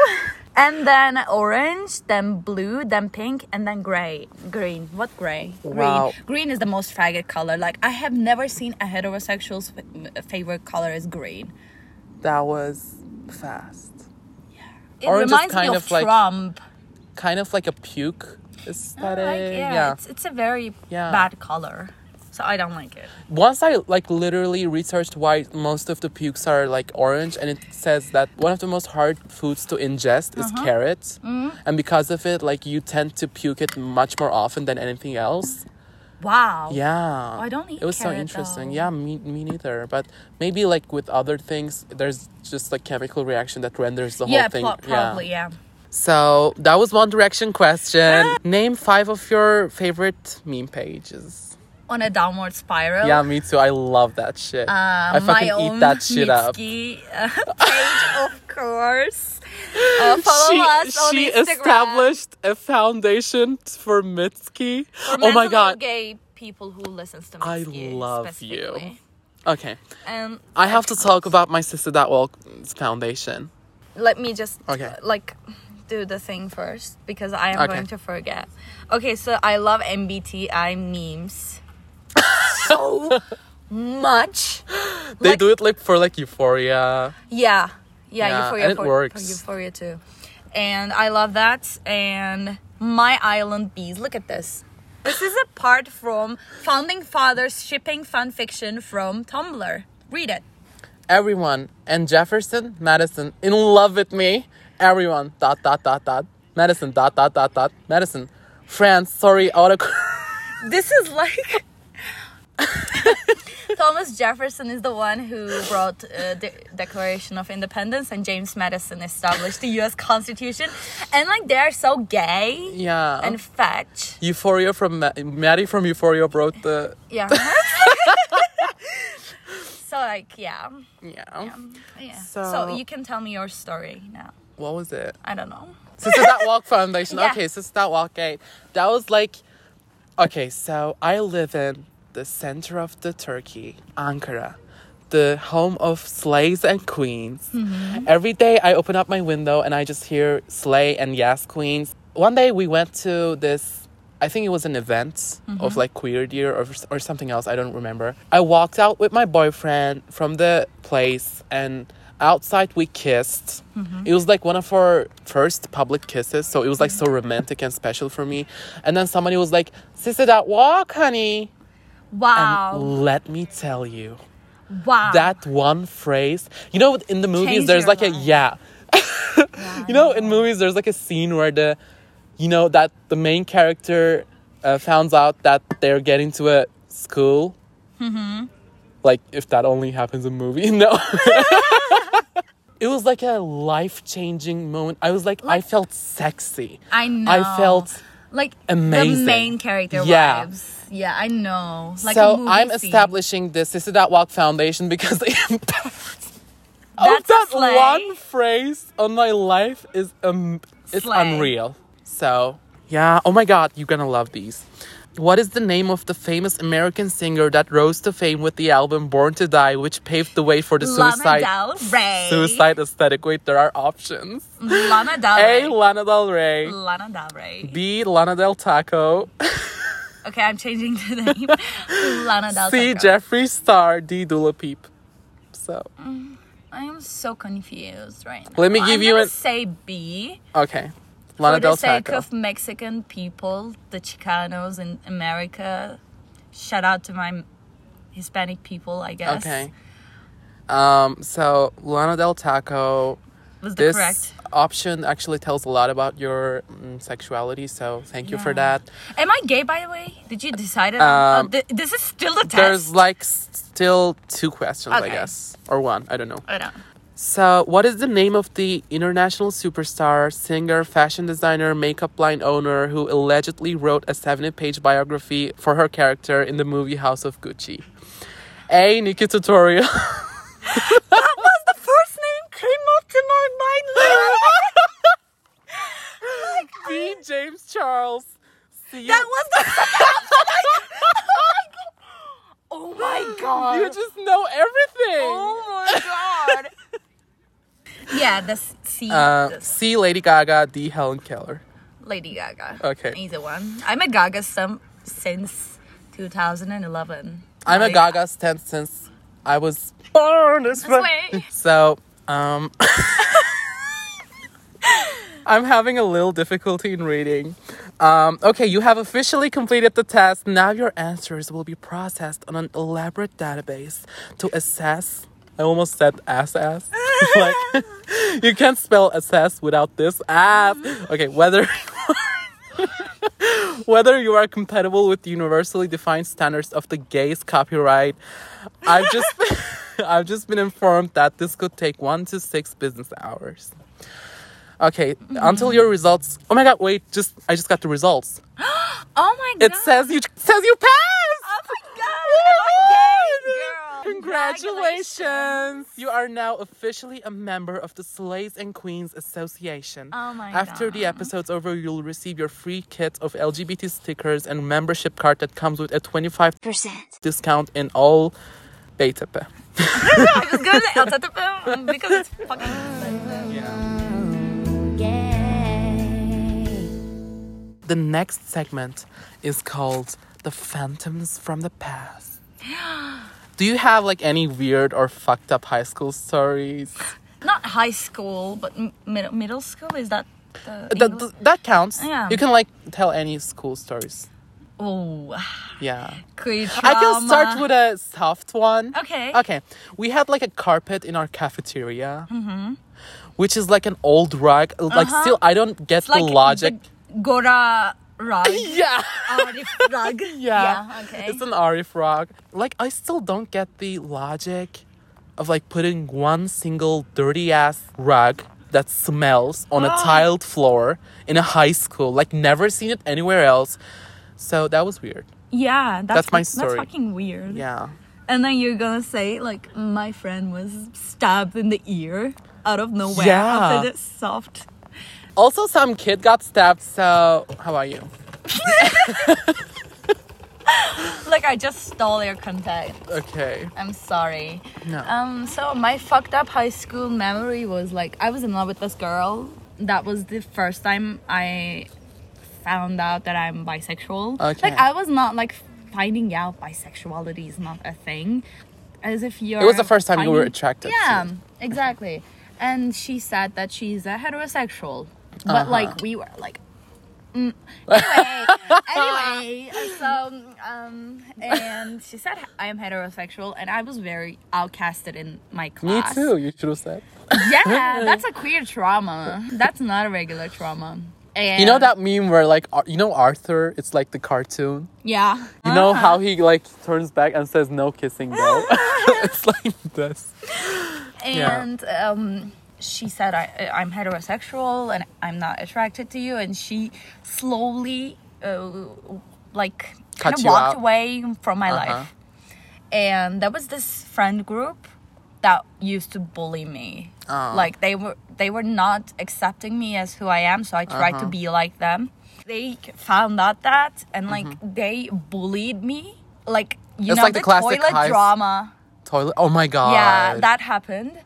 [SPEAKER 2] And then orange, then blue, then pink, and then gray. Green. What gray? Green.
[SPEAKER 1] Wow.
[SPEAKER 2] Green is the most faggot color. Like, I have never seen a heterosexual's f- favorite color is green.
[SPEAKER 1] That was fast.
[SPEAKER 2] It
[SPEAKER 1] Orange is
[SPEAKER 2] reminds
[SPEAKER 1] kind
[SPEAKER 2] me
[SPEAKER 1] of
[SPEAKER 2] of,
[SPEAKER 1] like-
[SPEAKER 2] Trump.
[SPEAKER 1] Kind of like a puke aesthetic.
[SPEAKER 2] Like, yeah, It's, it's a very
[SPEAKER 1] Yeah.
[SPEAKER 2] bad color. So I don't like it.
[SPEAKER 1] once I like literally researched why most of the pukes are like orange, and it says that one of the most hard foods to ingest is
[SPEAKER 2] Uh-huh.
[SPEAKER 1] carrots,
[SPEAKER 2] Mm-hmm.
[SPEAKER 1] and because of it, like you tend to puke it much more often than anything else.
[SPEAKER 2] Wow.
[SPEAKER 1] Yeah,
[SPEAKER 2] I don't eat
[SPEAKER 1] It was so
[SPEAKER 2] carrot,
[SPEAKER 1] interesting.
[SPEAKER 2] though.
[SPEAKER 1] Yeah, me, me neither. But maybe like with other things, there's just like chemical reaction that renders the
[SPEAKER 2] Yeah,
[SPEAKER 1] whole thing.
[SPEAKER 2] pro- probably, yeah.
[SPEAKER 1] So that was One Direction question. Name five of your favorite meme pages.
[SPEAKER 2] On a downward spiral.
[SPEAKER 1] Yeah, me too. I love that shit.
[SPEAKER 2] Uh,
[SPEAKER 1] I fucking
[SPEAKER 2] my own
[SPEAKER 1] eat that shit up.
[SPEAKER 2] Mitski, uh, page, of course. Uh, follow
[SPEAKER 1] she,
[SPEAKER 2] us on
[SPEAKER 1] she
[SPEAKER 2] Instagram.
[SPEAKER 1] established a foundation for Mitski.
[SPEAKER 2] For
[SPEAKER 1] oh my
[SPEAKER 2] mentally
[SPEAKER 1] god.
[SPEAKER 2] Gay people who listens to
[SPEAKER 1] I
[SPEAKER 2] Mitski
[SPEAKER 1] love you.
[SPEAKER 2] specifically. Um,
[SPEAKER 1] Okay.
[SPEAKER 2] And
[SPEAKER 1] I have to talk about my sister that walks foundation.
[SPEAKER 2] let me just
[SPEAKER 1] Okay.
[SPEAKER 2] like do the thing first because I am
[SPEAKER 1] Okay.
[SPEAKER 2] going to forget. Okay, so I love MBTI memes so much.
[SPEAKER 1] They
[SPEAKER 2] Like-
[SPEAKER 1] do it like for like euphoria.
[SPEAKER 2] Yeah, yeah,
[SPEAKER 1] Yeah,
[SPEAKER 2] Euphoria,
[SPEAKER 1] and it
[SPEAKER 2] for-
[SPEAKER 1] works.
[SPEAKER 2] for Euphoria too, and I love that. And my island bees. Look at this. This is a part from Founding Fathers shipping fan fiction from Tumblr. Read it.
[SPEAKER 1] Everyone and Jefferson, Madison, in love with me. Everyone. Dot dot dot dot. Madison. Dot dot dot dot. Madison. France. Sorry. Auto.
[SPEAKER 2] This is like Thomas Jefferson is the one who wrote uh, the Declaration of Independence, and James Madison established the U.S. Constitution. And like they are so gay
[SPEAKER 1] yeah.
[SPEAKER 2] and fetch.
[SPEAKER 1] Euphoria from Ma- Maddie from Euphoria wrote the
[SPEAKER 2] Yeah. so like yeah, Um,
[SPEAKER 1] yeah.
[SPEAKER 2] yeah. So,
[SPEAKER 1] So-
[SPEAKER 2] you can tell me your story now.
[SPEAKER 1] What was it?
[SPEAKER 2] I don't know.
[SPEAKER 1] Sister That Walk Foundation.
[SPEAKER 2] Yeah.
[SPEAKER 1] Okay, Sister That Walk Gate. That was like, okay, so I live in the center of the Turkey, Ankara, the home of slaves and queens. Every day I open up my window and I just hear slay and yes queens. One day we went to this. I think it was an event of like queer year or, or something else. I don't remember. I walked out with my boyfriend from the place and outside we kissed it was like one of our first public kisses so it was like so romantic and special for me and then somebody was like sister that walk honey
[SPEAKER 2] Wow.
[SPEAKER 1] let me tell you
[SPEAKER 2] wow.
[SPEAKER 1] that one phrase you know in the movies
[SPEAKER 2] Changed
[SPEAKER 1] there's
[SPEAKER 2] your
[SPEAKER 1] like a yeah
[SPEAKER 2] life.
[SPEAKER 1] you know, in movies, there's like a scene where the, you know, that the main character uh, finds out that they're getting to a school. Mm-hmm. Like, if that only happens in movie, no. it was like a life changing moment. I was like, I
[SPEAKER 2] Like-
[SPEAKER 1] felt sexy.
[SPEAKER 2] I know.
[SPEAKER 1] I felt
[SPEAKER 2] like
[SPEAKER 1] amazing.
[SPEAKER 2] The main character
[SPEAKER 1] Yeah.
[SPEAKER 2] vibes. Yeah, I know. Like a
[SPEAKER 1] so
[SPEAKER 2] movie
[SPEAKER 1] I'm
[SPEAKER 2] scene.
[SPEAKER 1] establishing the Sister That Walk Foundation because the impact of
[SPEAKER 2] That's a
[SPEAKER 1] Oh, that
[SPEAKER 2] slay.
[SPEAKER 1] one phrase on my life is um it's
[SPEAKER 2] Slay.
[SPEAKER 1] unreal. So yeah, oh my god, you're gonna love these. What is the name of the famous American singer that rose to fame with the album Born to Die, which paved the way for the
[SPEAKER 2] Lana
[SPEAKER 1] suicide
[SPEAKER 2] Del Rey.
[SPEAKER 1] suicide aesthetic? Wait, there are options.
[SPEAKER 2] Lana Del Rey.
[SPEAKER 1] A. Lana Del Rey.
[SPEAKER 2] Lana Del Rey.
[SPEAKER 1] B. Lana Del Taco.
[SPEAKER 2] Okay, I'm changing the name. Lana Del
[SPEAKER 1] C.
[SPEAKER 2] Rey.
[SPEAKER 1] Jeffree Star. D. Dula Peep. So
[SPEAKER 2] I am so confused right now.
[SPEAKER 1] Let me give
[SPEAKER 2] I'm
[SPEAKER 1] you
[SPEAKER 2] gonna
[SPEAKER 1] an-
[SPEAKER 2] say B
[SPEAKER 1] Okay. Lana
[SPEAKER 2] for the
[SPEAKER 1] Del
[SPEAKER 2] sake
[SPEAKER 1] Taco.
[SPEAKER 2] of Mexican people, the Chicanos in America. Shout out to my Hispanic people, I guess.
[SPEAKER 1] okay. Um, so Lana Del Taco.
[SPEAKER 2] Was the
[SPEAKER 1] This
[SPEAKER 2] correct?
[SPEAKER 1] option actually tells a lot about your mm, sexuality, so thank you for
[SPEAKER 2] Yeah.
[SPEAKER 1] that.
[SPEAKER 2] Am I gay, by the way? Did you decide it?
[SPEAKER 1] Um,
[SPEAKER 2] oh, th- this is still the test.
[SPEAKER 1] There's like s- still two questions, I
[SPEAKER 2] Okay.
[SPEAKER 1] guess, or one, I don't know.
[SPEAKER 2] I don't.
[SPEAKER 1] So, what is the name of the international superstar, singer, fashion designer, makeup line owner who allegedly wrote a 70 page biography for her character in the movie House of Gucci? A. Nikki Tutorial.
[SPEAKER 2] was the first name came up to my mind.
[SPEAKER 1] B.
[SPEAKER 2] literally.
[SPEAKER 1] James Charles. C.
[SPEAKER 2] that was the Oh my god.
[SPEAKER 1] You just know everything.
[SPEAKER 2] Oh my god. yeah, the s- C,
[SPEAKER 1] Uh,
[SPEAKER 2] the s-
[SPEAKER 1] C. Lady Gaga. D. Helen Keller.
[SPEAKER 2] Lady Gaga.
[SPEAKER 1] okay.
[SPEAKER 2] Either one. I'm a Gaga some since 2011.
[SPEAKER 1] I'm a
[SPEAKER 2] Like,
[SPEAKER 1] Gaga stan since I was born this
[SPEAKER 2] This
[SPEAKER 1] way.
[SPEAKER 2] way.
[SPEAKER 1] So, um, I'm having a little difficulty in reading. Um, okay, you have officially completed the test. Now your answers will be processed on an elaborate database to assess. I almost said ass ass. like, you can't spell assess without this ass. Okay, whether. Whether you are compatible with the universally defined standards of the gays copyright, I've just I've just been informed that this could take one to six business hours. Okay,
[SPEAKER 2] Mm-hmm.
[SPEAKER 1] until your results. Oh my god! Wait, just I just got the results.
[SPEAKER 2] Oh my god.
[SPEAKER 1] It says you says you passed.
[SPEAKER 2] Oh my god. Am I gay, girl?
[SPEAKER 1] Congratulations! You are now officially a member of the Slays and Queens Association.
[SPEAKER 2] Oh my
[SPEAKER 1] After the
[SPEAKER 2] God.
[SPEAKER 1] episode's over, you'll receive your free kit of LGBT stickers and membership card that comes with a 25% discount in all Beytepe.
[SPEAKER 2] I was gonna say El Tatapu, because it's fucking expensive.
[SPEAKER 1] The next segment is called The Phantoms from the Past. Do you have like any weird or fucked up high school stories?
[SPEAKER 2] Not high school, but m- middle middle school is that the
[SPEAKER 1] That,
[SPEAKER 2] English-
[SPEAKER 1] that counts.
[SPEAKER 2] Yeah.
[SPEAKER 1] You can like tell any school stories.
[SPEAKER 2] Oh,
[SPEAKER 1] Yeah.
[SPEAKER 2] great
[SPEAKER 1] I can start with a soft one.
[SPEAKER 2] Okay.
[SPEAKER 1] Okay. We had like a carpet in our cafeteria,
[SPEAKER 2] Mm-hmm.
[SPEAKER 1] which is like an old rug. Like, still, I don't get the logic.
[SPEAKER 2] Uh-huh. the Gora rug.
[SPEAKER 1] Yeah.
[SPEAKER 2] Arif rug.
[SPEAKER 1] Yeah.
[SPEAKER 2] okay.
[SPEAKER 1] It's an Arif rug. Like, I still don't get the logic of like putting one single dirty ass rug that smells on a tiled floor in a high school. Like, never seen it anywhere else. So that was weird.
[SPEAKER 2] yeah, that's,
[SPEAKER 1] That's my
[SPEAKER 2] That's
[SPEAKER 1] story.
[SPEAKER 2] fucking weird.
[SPEAKER 1] Yeah.
[SPEAKER 2] And then you're gonna say like my friend was stabbed in the ear out of nowhere
[SPEAKER 1] Yeah.
[SPEAKER 2] after the soft.
[SPEAKER 1] Also, some kid got stabbed. So, how are you?
[SPEAKER 2] Like I just stole your contact.
[SPEAKER 1] Okay.
[SPEAKER 2] I'm sorry.
[SPEAKER 1] No.
[SPEAKER 2] Um, so my fucked up high school memory was like I was in love with this girl. That was the first time I found out that I'm bisexual.
[SPEAKER 1] Okay.
[SPEAKER 2] Like I was not like finding out bisexuality is not a thing. As if you're
[SPEAKER 1] It was the first time you were
[SPEAKER 2] finding-
[SPEAKER 1] attracted to
[SPEAKER 2] Yeah,
[SPEAKER 1] it.
[SPEAKER 2] exactly.
[SPEAKER 1] Uh-huh.
[SPEAKER 2] And she said that she's a heterosexual. But like we were like anyway, anyway, so um, and she said I am heterosexual, and I was very outcasted in my
[SPEAKER 1] Me
[SPEAKER 2] class.
[SPEAKER 1] too, you should have said.
[SPEAKER 2] Yeah, that's a queer trauma. That's not a regular trauma. And
[SPEAKER 1] You know that meme where, like, Ar- you know Arthur? It's like the cartoon.
[SPEAKER 2] Yeah.
[SPEAKER 1] You know
[SPEAKER 2] Uh-huh.
[SPEAKER 1] how he, like, turns back and says, no kissing, no? it's like this. Yeah.
[SPEAKER 2] and um, she said I, I'm heterosexual and I'm not attracted to you, and she slowly uh, like
[SPEAKER 1] Cut
[SPEAKER 2] kind of
[SPEAKER 1] you out.
[SPEAKER 2] walked away from my
[SPEAKER 1] Uh-huh.
[SPEAKER 2] life. And there was this friend group that used to bully me.
[SPEAKER 1] Oh.
[SPEAKER 2] Like they were they were not accepting me as who I am, so I tried to
[SPEAKER 1] Uh-huh.
[SPEAKER 2] be like them. They found out that and like they bullied me. Like you
[SPEAKER 1] It's Mm-hmm.
[SPEAKER 2] know
[SPEAKER 1] like the
[SPEAKER 2] the,
[SPEAKER 1] classic
[SPEAKER 2] toilet
[SPEAKER 1] high s-
[SPEAKER 2] drama.
[SPEAKER 1] Toilet? Oh my god.
[SPEAKER 2] Yeah, that happened.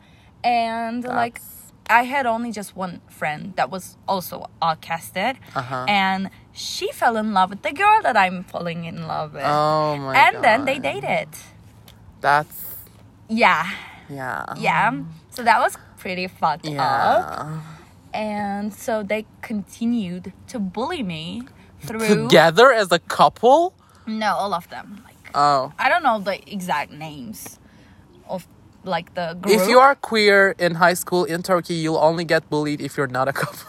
[SPEAKER 2] And like
[SPEAKER 1] That's-
[SPEAKER 2] I had only just one friend that was also outcasted.
[SPEAKER 1] Uh-huh.
[SPEAKER 2] And she fell in love with the girl that I'm falling in love with.
[SPEAKER 1] Oh my
[SPEAKER 2] and then they
[SPEAKER 1] God.
[SPEAKER 2] dated.
[SPEAKER 1] That's.
[SPEAKER 2] Yeah.
[SPEAKER 1] Yeah.
[SPEAKER 2] Yeah. So that was pretty fucked up.
[SPEAKER 1] Mm. Yeah.
[SPEAKER 2] And so they continued to bully me through
[SPEAKER 1] Together as a couple?
[SPEAKER 2] No, all of them. Like
[SPEAKER 1] Oh.
[SPEAKER 2] I don't know the exact names of like the group.
[SPEAKER 1] If you are queer in high school in Turkey, you'll only get bullied if you're not a couple.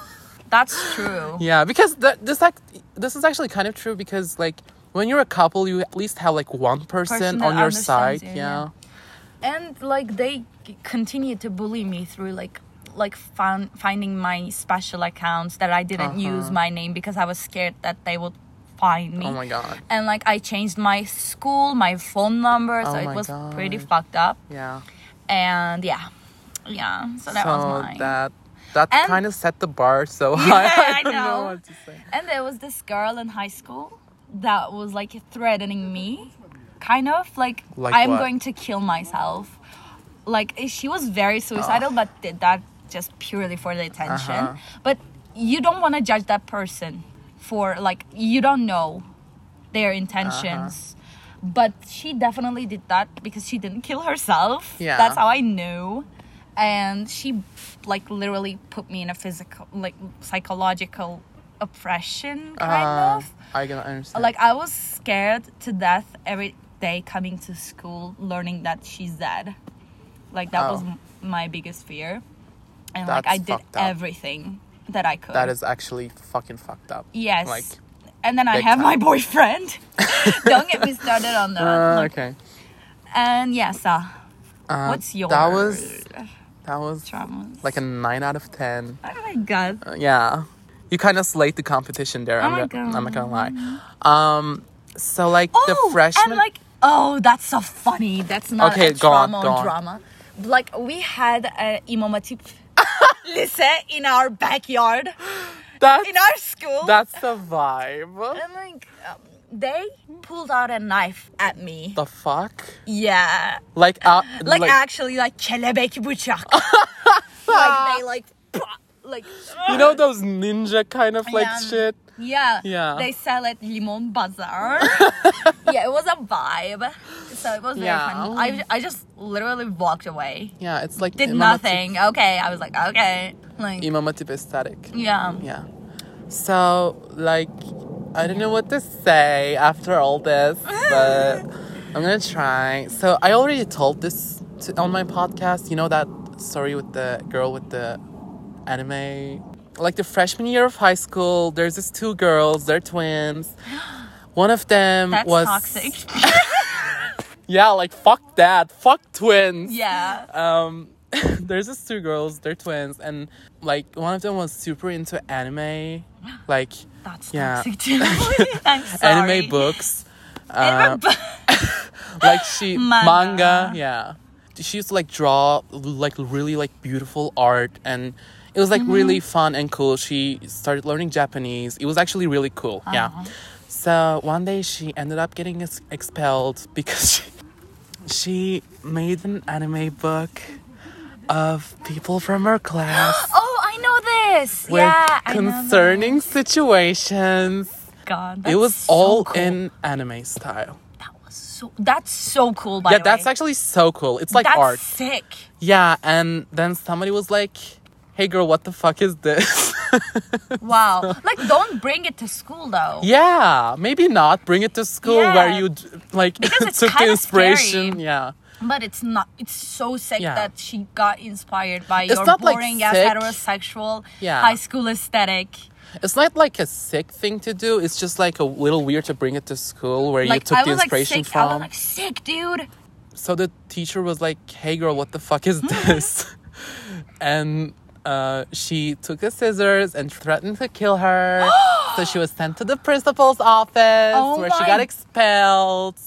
[SPEAKER 2] that's true.
[SPEAKER 1] yeah, because th- this act- this is actually kind of true because like when you're a couple, you at least have like one person,
[SPEAKER 2] Person that
[SPEAKER 1] on your
[SPEAKER 2] understands
[SPEAKER 1] side.
[SPEAKER 2] you,
[SPEAKER 1] yeah.
[SPEAKER 2] yeah. and like they c- continued to bully me through like like found, finding my special accounts that I didn't use my name because I was scared that they would find me.
[SPEAKER 1] Uh-huh. Oh my god.
[SPEAKER 2] And like I changed my school, my phone number, so
[SPEAKER 1] Oh my
[SPEAKER 2] it was pretty
[SPEAKER 1] God.
[SPEAKER 2] fucked up.
[SPEAKER 1] Yeah.
[SPEAKER 2] And yeah, yeah. So that
[SPEAKER 1] so
[SPEAKER 2] was mine.
[SPEAKER 1] that that
[SPEAKER 2] And-
[SPEAKER 1] kind of set the bar so high.
[SPEAKER 2] I
[SPEAKER 1] I don't know.
[SPEAKER 2] know.
[SPEAKER 1] what to say.
[SPEAKER 2] And there was this girl in high school that was like threatening me, kind of like,
[SPEAKER 1] Like
[SPEAKER 2] I'm
[SPEAKER 1] what?
[SPEAKER 2] going to kill myself. Like eh, she was very suicidal, but did that just purely for the attention.
[SPEAKER 1] Uh-huh.
[SPEAKER 2] But you don't want to judge that person for like you don't know their
[SPEAKER 1] Uh-huh.
[SPEAKER 2] intentions. But she definitely did that because she didn't kill herself.
[SPEAKER 1] Yeah.
[SPEAKER 2] That's how I knew. And she like literally put me in a physical like psychological oppression kind
[SPEAKER 1] Uh,
[SPEAKER 2] of.
[SPEAKER 1] I can understand.
[SPEAKER 2] Like I was scared to death every day coming to school learning that she's dead. Like that
[SPEAKER 1] Oh.
[SPEAKER 2] was m- my biggest fear. And like
[SPEAKER 1] That's
[SPEAKER 2] I did
[SPEAKER 1] fucked up.
[SPEAKER 2] everything that I could.
[SPEAKER 1] that is actually fucking fucked up.
[SPEAKER 2] Yes.
[SPEAKER 1] Like.
[SPEAKER 2] and then I
[SPEAKER 1] big
[SPEAKER 2] have
[SPEAKER 1] time.
[SPEAKER 2] my boyfriend. Don't get me started on that.
[SPEAKER 1] Uh, okay.
[SPEAKER 2] And yeah, so
[SPEAKER 1] Uh,
[SPEAKER 2] what's your
[SPEAKER 1] That was that was
[SPEAKER 2] traumas?
[SPEAKER 1] like a nine out of ten.
[SPEAKER 2] oh my god.
[SPEAKER 1] Uh, yeah you kind of slayed the competition there
[SPEAKER 2] Oh
[SPEAKER 1] I'm,
[SPEAKER 2] my
[SPEAKER 1] gonna, I'm not gonna lie um so like
[SPEAKER 2] Oh,
[SPEAKER 1] the freshman
[SPEAKER 2] and like oh, that's so funny. That's not
[SPEAKER 1] Okay,
[SPEAKER 2] a
[SPEAKER 1] go on,
[SPEAKER 2] trauma
[SPEAKER 1] go on.
[SPEAKER 2] drama. Like we had a imam Hatip lycée in our backyard,
[SPEAKER 1] that's,
[SPEAKER 2] in our school.
[SPEAKER 1] that's the vibe
[SPEAKER 2] and like um, they pulled out a knife at me.
[SPEAKER 1] the fuck
[SPEAKER 2] Yeah.
[SPEAKER 1] like uh,
[SPEAKER 2] like, actually like kelebek bıçak. like they like pah, like
[SPEAKER 1] you know those ninja kind of like
[SPEAKER 2] Yeah.
[SPEAKER 1] shit
[SPEAKER 2] yeah
[SPEAKER 1] Yeah.
[SPEAKER 2] they sell at Limon Bazaar. yeah, it was a vibe, so it was very
[SPEAKER 1] Yeah.
[SPEAKER 2] fun. I I just literally walked away,
[SPEAKER 1] yeah it's like
[SPEAKER 2] did
[SPEAKER 1] Imam
[SPEAKER 2] nothing. Okay, I was like okay, like
[SPEAKER 1] Hatip- Imam Hatip aesthetic
[SPEAKER 2] yeah.
[SPEAKER 1] yeah so like I don't know what to say after all this but I'm gonna try so I already told this to, on my podcast you know that story with the girl with the anime like the freshman year of high school there's these two girls they're twins one of them
[SPEAKER 2] That's
[SPEAKER 1] was
[SPEAKER 2] toxic.
[SPEAKER 1] yeah like fuck that fuck twins
[SPEAKER 2] yeah.
[SPEAKER 1] um there's these two girls they're twins and like one of them was super into anime like
[SPEAKER 2] That's
[SPEAKER 1] Yeah.
[SPEAKER 2] toxic too. I'm sorry.
[SPEAKER 1] anime books
[SPEAKER 2] Anime
[SPEAKER 1] uh,
[SPEAKER 2] book.
[SPEAKER 1] like she manga.
[SPEAKER 2] Manga.
[SPEAKER 1] yeah she used to like draw like really like beautiful art and it was
[SPEAKER 2] Mm-hmm.
[SPEAKER 1] like really fun and cool she started learning japanese it was actually really cool
[SPEAKER 2] Uh-huh.
[SPEAKER 1] yeah so one day she ended up getting ex- expelled because she she made an anime book of people from her class
[SPEAKER 2] Oh, I know this.
[SPEAKER 1] with
[SPEAKER 2] yeah, I know that.
[SPEAKER 1] concerning situations
[SPEAKER 2] God,
[SPEAKER 1] it
[SPEAKER 2] that's
[SPEAKER 1] was
[SPEAKER 2] so
[SPEAKER 1] all
[SPEAKER 2] cool.
[SPEAKER 1] in anime style
[SPEAKER 2] That was so. That's so cool. By
[SPEAKER 1] yeah
[SPEAKER 2] the
[SPEAKER 1] that's
[SPEAKER 2] way.
[SPEAKER 1] actually so cool it's like
[SPEAKER 2] that's
[SPEAKER 1] art
[SPEAKER 2] sick.
[SPEAKER 1] Yeah, and then somebody was like, "Hey, girl, what the fuck is this?"
[SPEAKER 2] Wow. Like, don't bring it to school though.
[SPEAKER 1] Yeah, maybe not. Bring it to school where
[SPEAKER 2] Yeah.
[SPEAKER 1] you d- like
[SPEAKER 2] Because it's
[SPEAKER 1] took the
[SPEAKER 2] kinda
[SPEAKER 1] inspiration.
[SPEAKER 2] scary.
[SPEAKER 1] Yeah.
[SPEAKER 2] But it's not. It's so sick
[SPEAKER 1] Yeah.
[SPEAKER 2] that she got inspired by
[SPEAKER 1] It's
[SPEAKER 2] your
[SPEAKER 1] not, like,
[SPEAKER 2] boring ass
[SPEAKER 1] sick.
[SPEAKER 2] heterosexual
[SPEAKER 1] Yeah.
[SPEAKER 2] high school aesthetic.
[SPEAKER 1] It's not like a sick thing to do. It's just like a little weird to bring it to school where you
[SPEAKER 2] Like
[SPEAKER 1] took
[SPEAKER 2] I
[SPEAKER 1] the
[SPEAKER 2] was like
[SPEAKER 1] inspiration
[SPEAKER 2] sick. I
[SPEAKER 1] from.
[SPEAKER 2] was like sick, dude.
[SPEAKER 1] so the teacher was like, "Hey, girl, what the fuck is this?" and uh, she took the scissors and threatened to kill her. so she was sent to the principal's office
[SPEAKER 2] Oh
[SPEAKER 1] where she
[SPEAKER 2] my-
[SPEAKER 1] got expelled.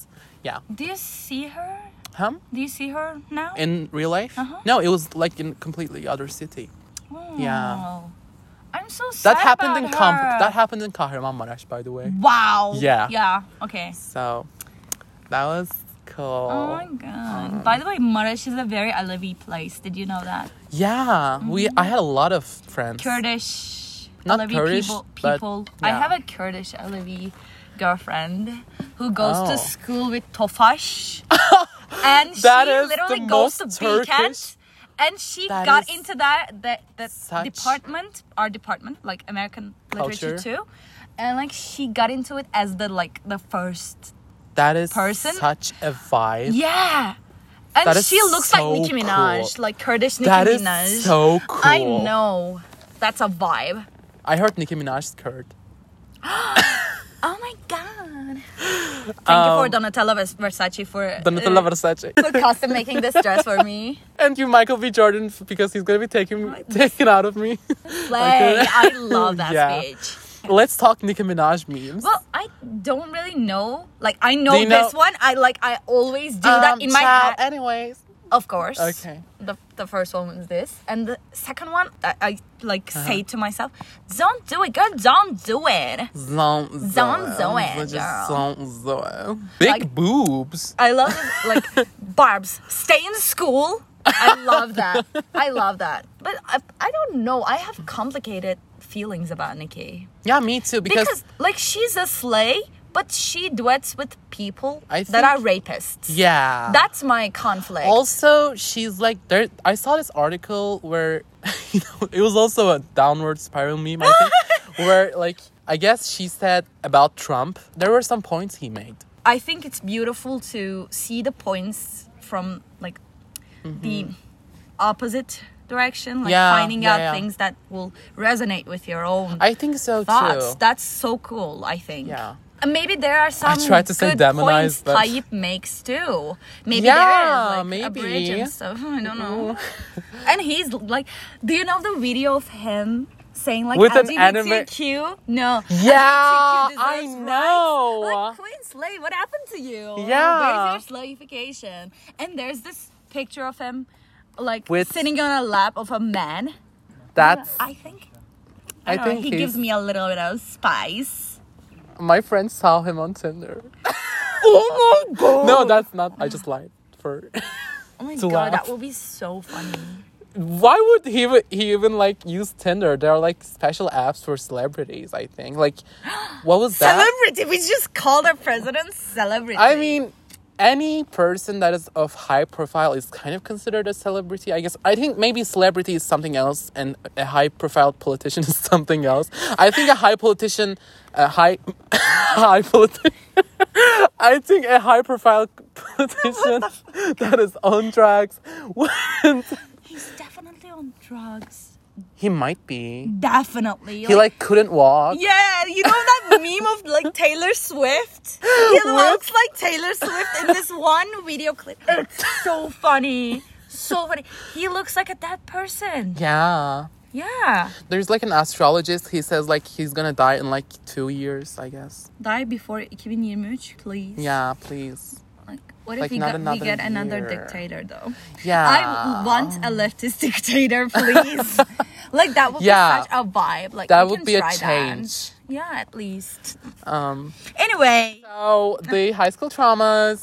[SPEAKER 1] Yeah.
[SPEAKER 2] Do you see her?
[SPEAKER 1] Huh?
[SPEAKER 2] Do you see her now?
[SPEAKER 1] In real life?
[SPEAKER 2] Uh-huh.
[SPEAKER 1] No, it was like in completely other city. yeah.
[SPEAKER 2] Oh. I'm so sad.
[SPEAKER 1] That happened in
[SPEAKER 2] about
[SPEAKER 1] Kam-
[SPEAKER 2] her.
[SPEAKER 1] that happened in Kahramanmaraş, by the way.
[SPEAKER 2] Wow.
[SPEAKER 1] Yeah.
[SPEAKER 2] Yeah. Okay.
[SPEAKER 1] So that was cool.
[SPEAKER 2] Oh my god. By the way, Marash is a very Alevi place. Did you know that?
[SPEAKER 1] Yeah, we I had a lot of friends.
[SPEAKER 2] Kurdish
[SPEAKER 1] Not
[SPEAKER 2] Alevi
[SPEAKER 1] Kurdish,
[SPEAKER 2] people.
[SPEAKER 1] but-
[SPEAKER 2] people.
[SPEAKER 1] yeah.
[SPEAKER 2] I have a Kurdish Alevi girlfriend who goes
[SPEAKER 1] Oh.
[SPEAKER 2] to school with Tofash. and she
[SPEAKER 1] That is
[SPEAKER 2] literally
[SPEAKER 1] the
[SPEAKER 2] goes to
[SPEAKER 1] most Turkish-
[SPEAKER 2] Beekent. And she
[SPEAKER 1] That
[SPEAKER 2] got
[SPEAKER 1] is
[SPEAKER 2] into that that, that
[SPEAKER 1] such-
[SPEAKER 2] department, our department, like American literature
[SPEAKER 1] Culture.
[SPEAKER 2] too. And like she got into it as the like the first
[SPEAKER 1] That is
[SPEAKER 2] Person?
[SPEAKER 1] such a vibe.
[SPEAKER 2] Yeah. And
[SPEAKER 1] That is
[SPEAKER 2] she looks
[SPEAKER 1] so
[SPEAKER 2] like Nicki Minaj,
[SPEAKER 1] cool.
[SPEAKER 2] like Kurdish Nicki
[SPEAKER 1] That is
[SPEAKER 2] Minaj.
[SPEAKER 1] so cool.
[SPEAKER 2] I know. That's a vibe.
[SPEAKER 1] I heard Nicki Minaj's Kurd.
[SPEAKER 2] Oh my god. Thank
[SPEAKER 1] Um,
[SPEAKER 2] you for Donatella Vers- Versace for
[SPEAKER 1] Donatella
[SPEAKER 2] uh,
[SPEAKER 1] Versace.
[SPEAKER 2] for custom making this dress for me.
[SPEAKER 1] and you Michael B. Jordan f- because he's gonna be taking taken out of me.
[SPEAKER 2] Slay. I love that
[SPEAKER 1] Yeah.
[SPEAKER 2] speech.
[SPEAKER 1] Let's talk Nicki Minaj memes.
[SPEAKER 2] Well, I don't really know. Like I know
[SPEAKER 1] Do you know-
[SPEAKER 2] this one. I like I always do
[SPEAKER 1] Um,
[SPEAKER 2] that in my
[SPEAKER 1] child,
[SPEAKER 2] head.
[SPEAKER 1] Anyways.
[SPEAKER 2] Of course.
[SPEAKER 1] Okay.
[SPEAKER 2] The, the first one was this, and the second one I, I like
[SPEAKER 1] Uh-huh.
[SPEAKER 2] say to myself, "Don't do it, girl. Don't do it."
[SPEAKER 1] Zon
[SPEAKER 2] Zon
[SPEAKER 1] Zoe.
[SPEAKER 2] Zoe,
[SPEAKER 1] Which is
[SPEAKER 2] girl.
[SPEAKER 1] Zon Zoe. Big
[SPEAKER 2] Like-
[SPEAKER 1] boobs.
[SPEAKER 2] I love it. Like, Barb's, stay in school. I love that. I love that. But I, I don't know. I have complicated feelings about Nikki.
[SPEAKER 1] Yeah, me too. Because,
[SPEAKER 2] Because, like, she's a slay, but she duets with people
[SPEAKER 1] I
[SPEAKER 2] that are
[SPEAKER 1] think-
[SPEAKER 2] rapists.
[SPEAKER 1] yeah.
[SPEAKER 2] That's my conflict.
[SPEAKER 1] also, she's like there. I saw this article where you know, it was also a downward spiral meme. I think where like I guess she said about Trump. There were some points he made.
[SPEAKER 2] I think it's beautiful to see the points from, like, the opposite direction, like
[SPEAKER 1] Mm-hmm. Yeah,
[SPEAKER 2] finding
[SPEAKER 1] yeah,
[SPEAKER 2] out
[SPEAKER 1] yeah.
[SPEAKER 2] things that will resonate with your own.
[SPEAKER 1] I think so
[SPEAKER 2] thoughts.
[SPEAKER 1] too.
[SPEAKER 2] That's so cool. I think.
[SPEAKER 1] Yeah.
[SPEAKER 2] And maybe there are some
[SPEAKER 1] tried to say
[SPEAKER 2] good
[SPEAKER 1] demonize,
[SPEAKER 2] points
[SPEAKER 1] but-
[SPEAKER 2] Tayyip makes too. Maybe
[SPEAKER 1] Yeah,
[SPEAKER 2] there is like a
[SPEAKER 1] maybe.
[SPEAKER 2] bridge and stuff. I don't know. and he's like, do you know the video of him saying like
[SPEAKER 1] With an
[SPEAKER 2] LGBTQ? No.
[SPEAKER 1] Yeah,
[SPEAKER 2] LGBTQ
[SPEAKER 1] I
[SPEAKER 2] deserves
[SPEAKER 1] know.
[SPEAKER 2] rights. Like Queen Slay, what happened to you?
[SPEAKER 1] Yeah.
[SPEAKER 2] Where's your slayification? And there's this picture of him, like
[SPEAKER 1] With-
[SPEAKER 2] sitting on a lap of a man.
[SPEAKER 1] That's
[SPEAKER 2] I think
[SPEAKER 1] I,
[SPEAKER 2] don't know,
[SPEAKER 1] think
[SPEAKER 2] he
[SPEAKER 1] he's-
[SPEAKER 2] gives me a little bit of spice.
[SPEAKER 1] my friend saw him on Tinder.
[SPEAKER 2] Oh my god!
[SPEAKER 1] No, that's not. I just lied. For
[SPEAKER 2] Oh my
[SPEAKER 1] to
[SPEAKER 2] god,
[SPEAKER 1] laugh.
[SPEAKER 2] that would be so funny.
[SPEAKER 1] why would he even- he even like use Tinder? There are like special apps for celebrities. I think like what was that?
[SPEAKER 2] Celebrity, we just called our president celebrity.
[SPEAKER 1] I mean, any person that is of high profile is kind of considered a celebrity. I guess I think maybe celebrity is something else, and a high profile politician is something else. I think a high politician, a high, high politician. I think a high profile politician that is on drugs. wouldn't-
[SPEAKER 2] he's definitely on drugs.
[SPEAKER 1] he might be.
[SPEAKER 2] Definitely.
[SPEAKER 1] He like couldn't walk.
[SPEAKER 2] yeah, you know that meme of like Taylor Swift? He looks like Taylor Swift in this one video clip. It's so funny. So funny. He looks like a dead person.
[SPEAKER 1] Yeah.
[SPEAKER 2] Yeah.
[SPEAKER 1] There's like an astrologist. He says like he's gonna die in like two years, I guess.
[SPEAKER 2] Die before 2023, please.
[SPEAKER 1] Yeah, please.
[SPEAKER 2] Like, what if
[SPEAKER 1] Like,
[SPEAKER 2] we,
[SPEAKER 1] not
[SPEAKER 2] got, we
[SPEAKER 1] another
[SPEAKER 2] get another
[SPEAKER 1] year.
[SPEAKER 2] dictator though?
[SPEAKER 1] Yeah.
[SPEAKER 2] I want a leftist dictator, please. like that would
[SPEAKER 1] Yeah.
[SPEAKER 2] be such a vibe. Like
[SPEAKER 1] That
[SPEAKER 2] we
[SPEAKER 1] would
[SPEAKER 2] can
[SPEAKER 1] be a
[SPEAKER 2] try that.
[SPEAKER 1] change.
[SPEAKER 2] Yeah, at least.
[SPEAKER 1] Um.
[SPEAKER 2] Anyway,
[SPEAKER 1] So the high school traumas.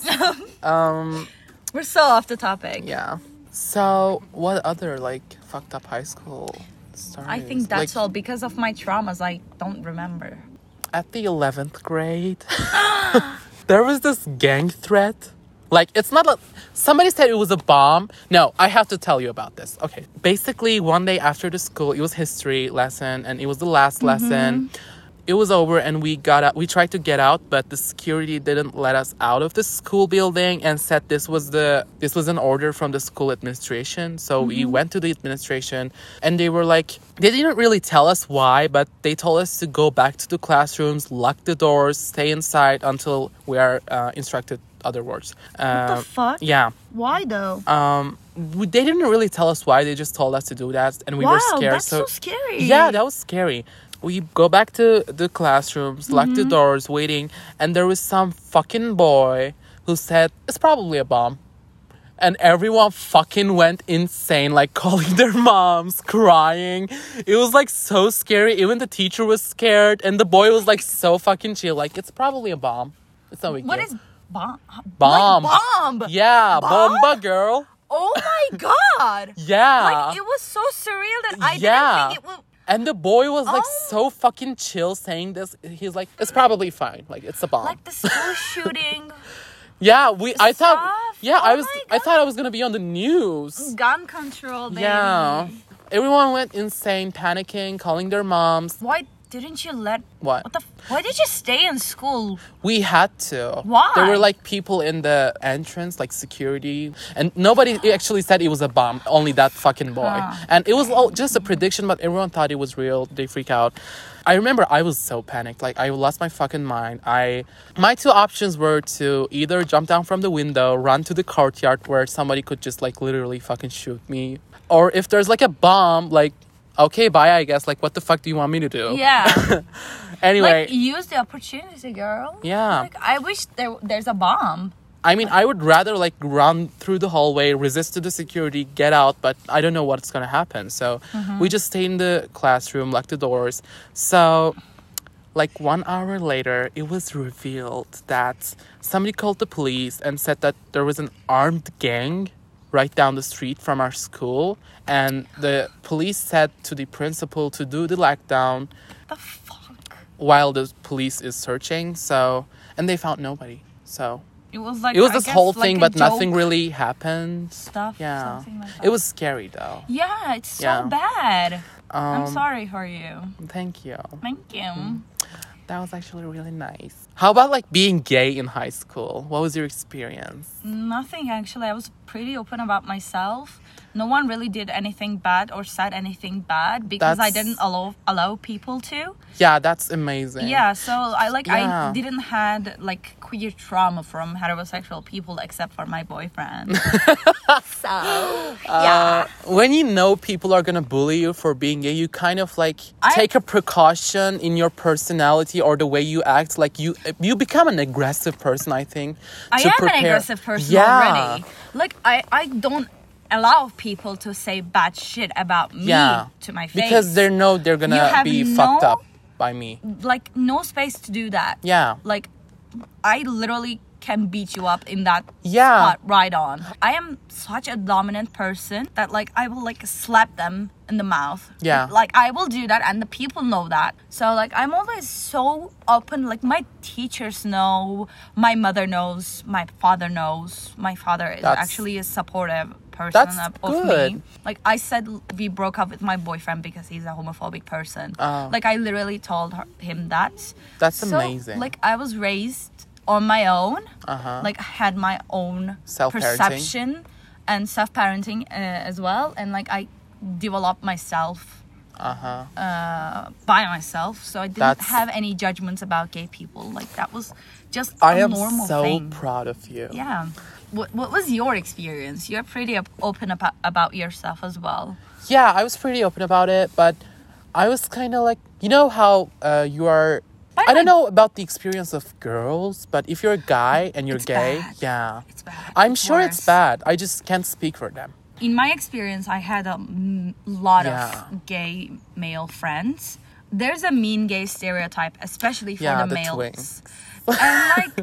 [SPEAKER 1] um.
[SPEAKER 2] we're so off the topic.
[SPEAKER 1] Yeah. So what other like fucked up high school stories?
[SPEAKER 2] I think that's
[SPEAKER 1] Like,
[SPEAKER 2] all because of my traumas. I don't remember.
[SPEAKER 1] At the eleventh grade, there was this gang threat. Like it's not a somebody said it was a bomb. No, I have to tell you about this. Okay. Basically, one day after the school, it was history lesson and it was the last lesson. It was over and we got out we tried to get out, but the security didn't let us out of the school building and said this was the this was an order from the school administration. So
[SPEAKER 2] Mm-hmm.
[SPEAKER 1] we went to the administration and they were like they didn't really tell us why, but they told us to go back to the classrooms, lock the doors, stay inside until we are uh, instructed other words.
[SPEAKER 2] the
[SPEAKER 1] Um,
[SPEAKER 2] fuck?
[SPEAKER 1] yeah.
[SPEAKER 2] Why though?
[SPEAKER 1] Um, we, they didn't really tell us why. They just told us to do that, and we
[SPEAKER 2] wow,
[SPEAKER 1] were scared.
[SPEAKER 2] that's so, scary.
[SPEAKER 1] yeah, that was scary. We go back to the classrooms, lock the
[SPEAKER 2] Mm-hmm.
[SPEAKER 1] doors, waiting, and there was some fucking boy who said it's probably a bomb. And everyone fucking went insane, like calling their moms, crying. It was like so scary. Even the teacher was scared, and the boy was like so fucking chill, like it's probably a bomb. It's no big
[SPEAKER 2] What
[SPEAKER 1] deal.
[SPEAKER 2] is bomb?
[SPEAKER 1] bomb?
[SPEAKER 2] Like bomb.
[SPEAKER 1] Yeah,
[SPEAKER 2] Bomb?
[SPEAKER 1] bomba girl.
[SPEAKER 2] Oh my god.
[SPEAKER 1] Yeah.
[SPEAKER 2] Like it was so surreal that I
[SPEAKER 1] Yeah.
[SPEAKER 2] didn't think it would.
[SPEAKER 1] And the boy was like
[SPEAKER 2] Oh.
[SPEAKER 1] so fucking chill saying this. He's like, it's probably fine. Like it's a bomb.
[SPEAKER 2] Like the school shooting,
[SPEAKER 1] yeah, we. I thought.
[SPEAKER 2] stuff.
[SPEAKER 1] Yeah, I
[SPEAKER 2] Oh
[SPEAKER 1] was.
[SPEAKER 2] my Oh,
[SPEAKER 1] I thought I was gonna be on the news.
[SPEAKER 2] gun control. Baby.
[SPEAKER 1] Yeah. Everyone went insane, panicking, calling their moms.
[SPEAKER 2] Why didn't you let?
[SPEAKER 1] What?
[SPEAKER 2] What the? f- Why did you stay in school?
[SPEAKER 1] We had to.
[SPEAKER 2] Why?
[SPEAKER 1] There were like people in the entrance, like security, and nobody actually said it was a bomb. Only that fucking boy, and it was all just a prediction. But everyone thought it was real. They freak out. I remember I was so panicked. Like I lost my fucking mind. I my two options were to either jump down from the window, run to the courtyard where somebody could just like literally fucking shoot me, or if there's like a bomb, like okay, bye. I guess. Like what the fuck do you want me to do?
[SPEAKER 2] Yeah.
[SPEAKER 1] Anyway.
[SPEAKER 2] Like use the opportunity, girl.
[SPEAKER 1] Yeah.
[SPEAKER 2] Like I wish there there's a bomb.
[SPEAKER 1] I mean, I would rather like run through the hallway, resist to the security, get out, but I don't know what's gonna happen. So we just stay in the classroom, lock the doors. So, like one hour later, it was revealed that somebody called the police and said that there was an armed gang right down the street from our school, and the police said to the principal to do the lockdown
[SPEAKER 2] The fuck.
[SPEAKER 1] while the police is searching. So, and they found nobody. So
[SPEAKER 2] It was like
[SPEAKER 1] it was
[SPEAKER 2] I
[SPEAKER 1] this
[SPEAKER 2] guess,
[SPEAKER 1] whole
[SPEAKER 2] like
[SPEAKER 1] thing,
[SPEAKER 2] a
[SPEAKER 1] but nothing
[SPEAKER 2] joke
[SPEAKER 1] really happened.
[SPEAKER 2] Stuff.
[SPEAKER 1] Yeah,
[SPEAKER 2] Something like that.
[SPEAKER 1] it was scary though.
[SPEAKER 2] Yeah, it's so
[SPEAKER 1] Yeah.
[SPEAKER 2] bad. I'm
[SPEAKER 1] Um,
[SPEAKER 2] sorry for you.
[SPEAKER 1] Thank you.
[SPEAKER 2] Thank you.
[SPEAKER 1] That was actually really nice. How about like being gay in high school? What was your experience?
[SPEAKER 2] Nothing actually. I was pretty open about myself. No one really did anything bad or said anything bad because I
[SPEAKER 1] That's-
[SPEAKER 2] didn't allow allow people to.
[SPEAKER 1] Yeah, that's amazing.
[SPEAKER 2] Yeah, so I like
[SPEAKER 1] Yeah.
[SPEAKER 2] I didn't had like queer trauma from heterosexual people except for my boyfriend.
[SPEAKER 3] So,
[SPEAKER 1] Uh,
[SPEAKER 3] yeah.
[SPEAKER 1] when you know people are gonna bully you for being gay, you kind of like
[SPEAKER 2] I-
[SPEAKER 1] take a precaution in your personality or the way you act. Like you, you become an aggressive person. I think.
[SPEAKER 2] I
[SPEAKER 1] to
[SPEAKER 2] am
[SPEAKER 1] prepare-
[SPEAKER 2] an aggressive person
[SPEAKER 1] Yeah.
[SPEAKER 2] already. Like I I don't allow people to say bad shit about me
[SPEAKER 1] Yeah.
[SPEAKER 2] to my face
[SPEAKER 1] Because they know they're
[SPEAKER 2] You
[SPEAKER 1] gonna
[SPEAKER 2] have
[SPEAKER 1] be
[SPEAKER 2] no-
[SPEAKER 1] fucked up by me.
[SPEAKER 2] like no space to do that.
[SPEAKER 1] Yeah.
[SPEAKER 2] Like I literally can beat you up in that
[SPEAKER 1] Yeah.
[SPEAKER 2] spot right on. I am such a dominant person that like I will like slap them in the mouth.
[SPEAKER 1] Yeah.
[SPEAKER 2] Like I will do that and the people know that. So like I'm always so open like my teachers know, my mother knows, my father knows. My father is
[SPEAKER 1] That's-
[SPEAKER 2] actually a supportive person
[SPEAKER 1] That's
[SPEAKER 2] of, of
[SPEAKER 1] good.
[SPEAKER 2] me. Like I said we broke up with my boyfriend because he's a homophobic person.
[SPEAKER 1] Oh.
[SPEAKER 2] Like I literally told her, him that.
[SPEAKER 1] That's
[SPEAKER 2] So,
[SPEAKER 1] amazing.
[SPEAKER 2] Like I was raised on my own.
[SPEAKER 1] Uh-huh.
[SPEAKER 2] Like I had my own
[SPEAKER 1] Self-parenting.
[SPEAKER 2] perception and self-parenting uh, as well, and like I developed myself
[SPEAKER 1] Uh huh.
[SPEAKER 2] uh, by myself. So I didn't
[SPEAKER 1] That's-
[SPEAKER 2] have any judgments about gay people. Like that was just a
[SPEAKER 1] I am
[SPEAKER 2] normal
[SPEAKER 1] so
[SPEAKER 2] thing.
[SPEAKER 1] proud of you.
[SPEAKER 2] yeah. What, what was your experience? You're pretty op- open about, about yourself as well.
[SPEAKER 1] Yeah, I was pretty open about it, but I was kind of like, you know how uh, you are.
[SPEAKER 2] By
[SPEAKER 1] I don't
[SPEAKER 2] the-
[SPEAKER 1] know about the experience of girls, but if you're a guy and you're
[SPEAKER 2] It's
[SPEAKER 1] gay,
[SPEAKER 2] bad.
[SPEAKER 1] yeah.
[SPEAKER 2] It's bad.
[SPEAKER 1] I'm
[SPEAKER 2] It's
[SPEAKER 1] sure it's
[SPEAKER 2] worse.
[SPEAKER 1] bad. I just can't speak for them.
[SPEAKER 2] in my experience, I had a m- lot
[SPEAKER 1] Yeah.
[SPEAKER 2] of gay male friends. There's a mean gay stereotype, especially for
[SPEAKER 1] Yeah,
[SPEAKER 2] the,
[SPEAKER 1] the
[SPEAKER 2] males.
[SPEAKER 1] twins.
[SPEAKER 2] And like,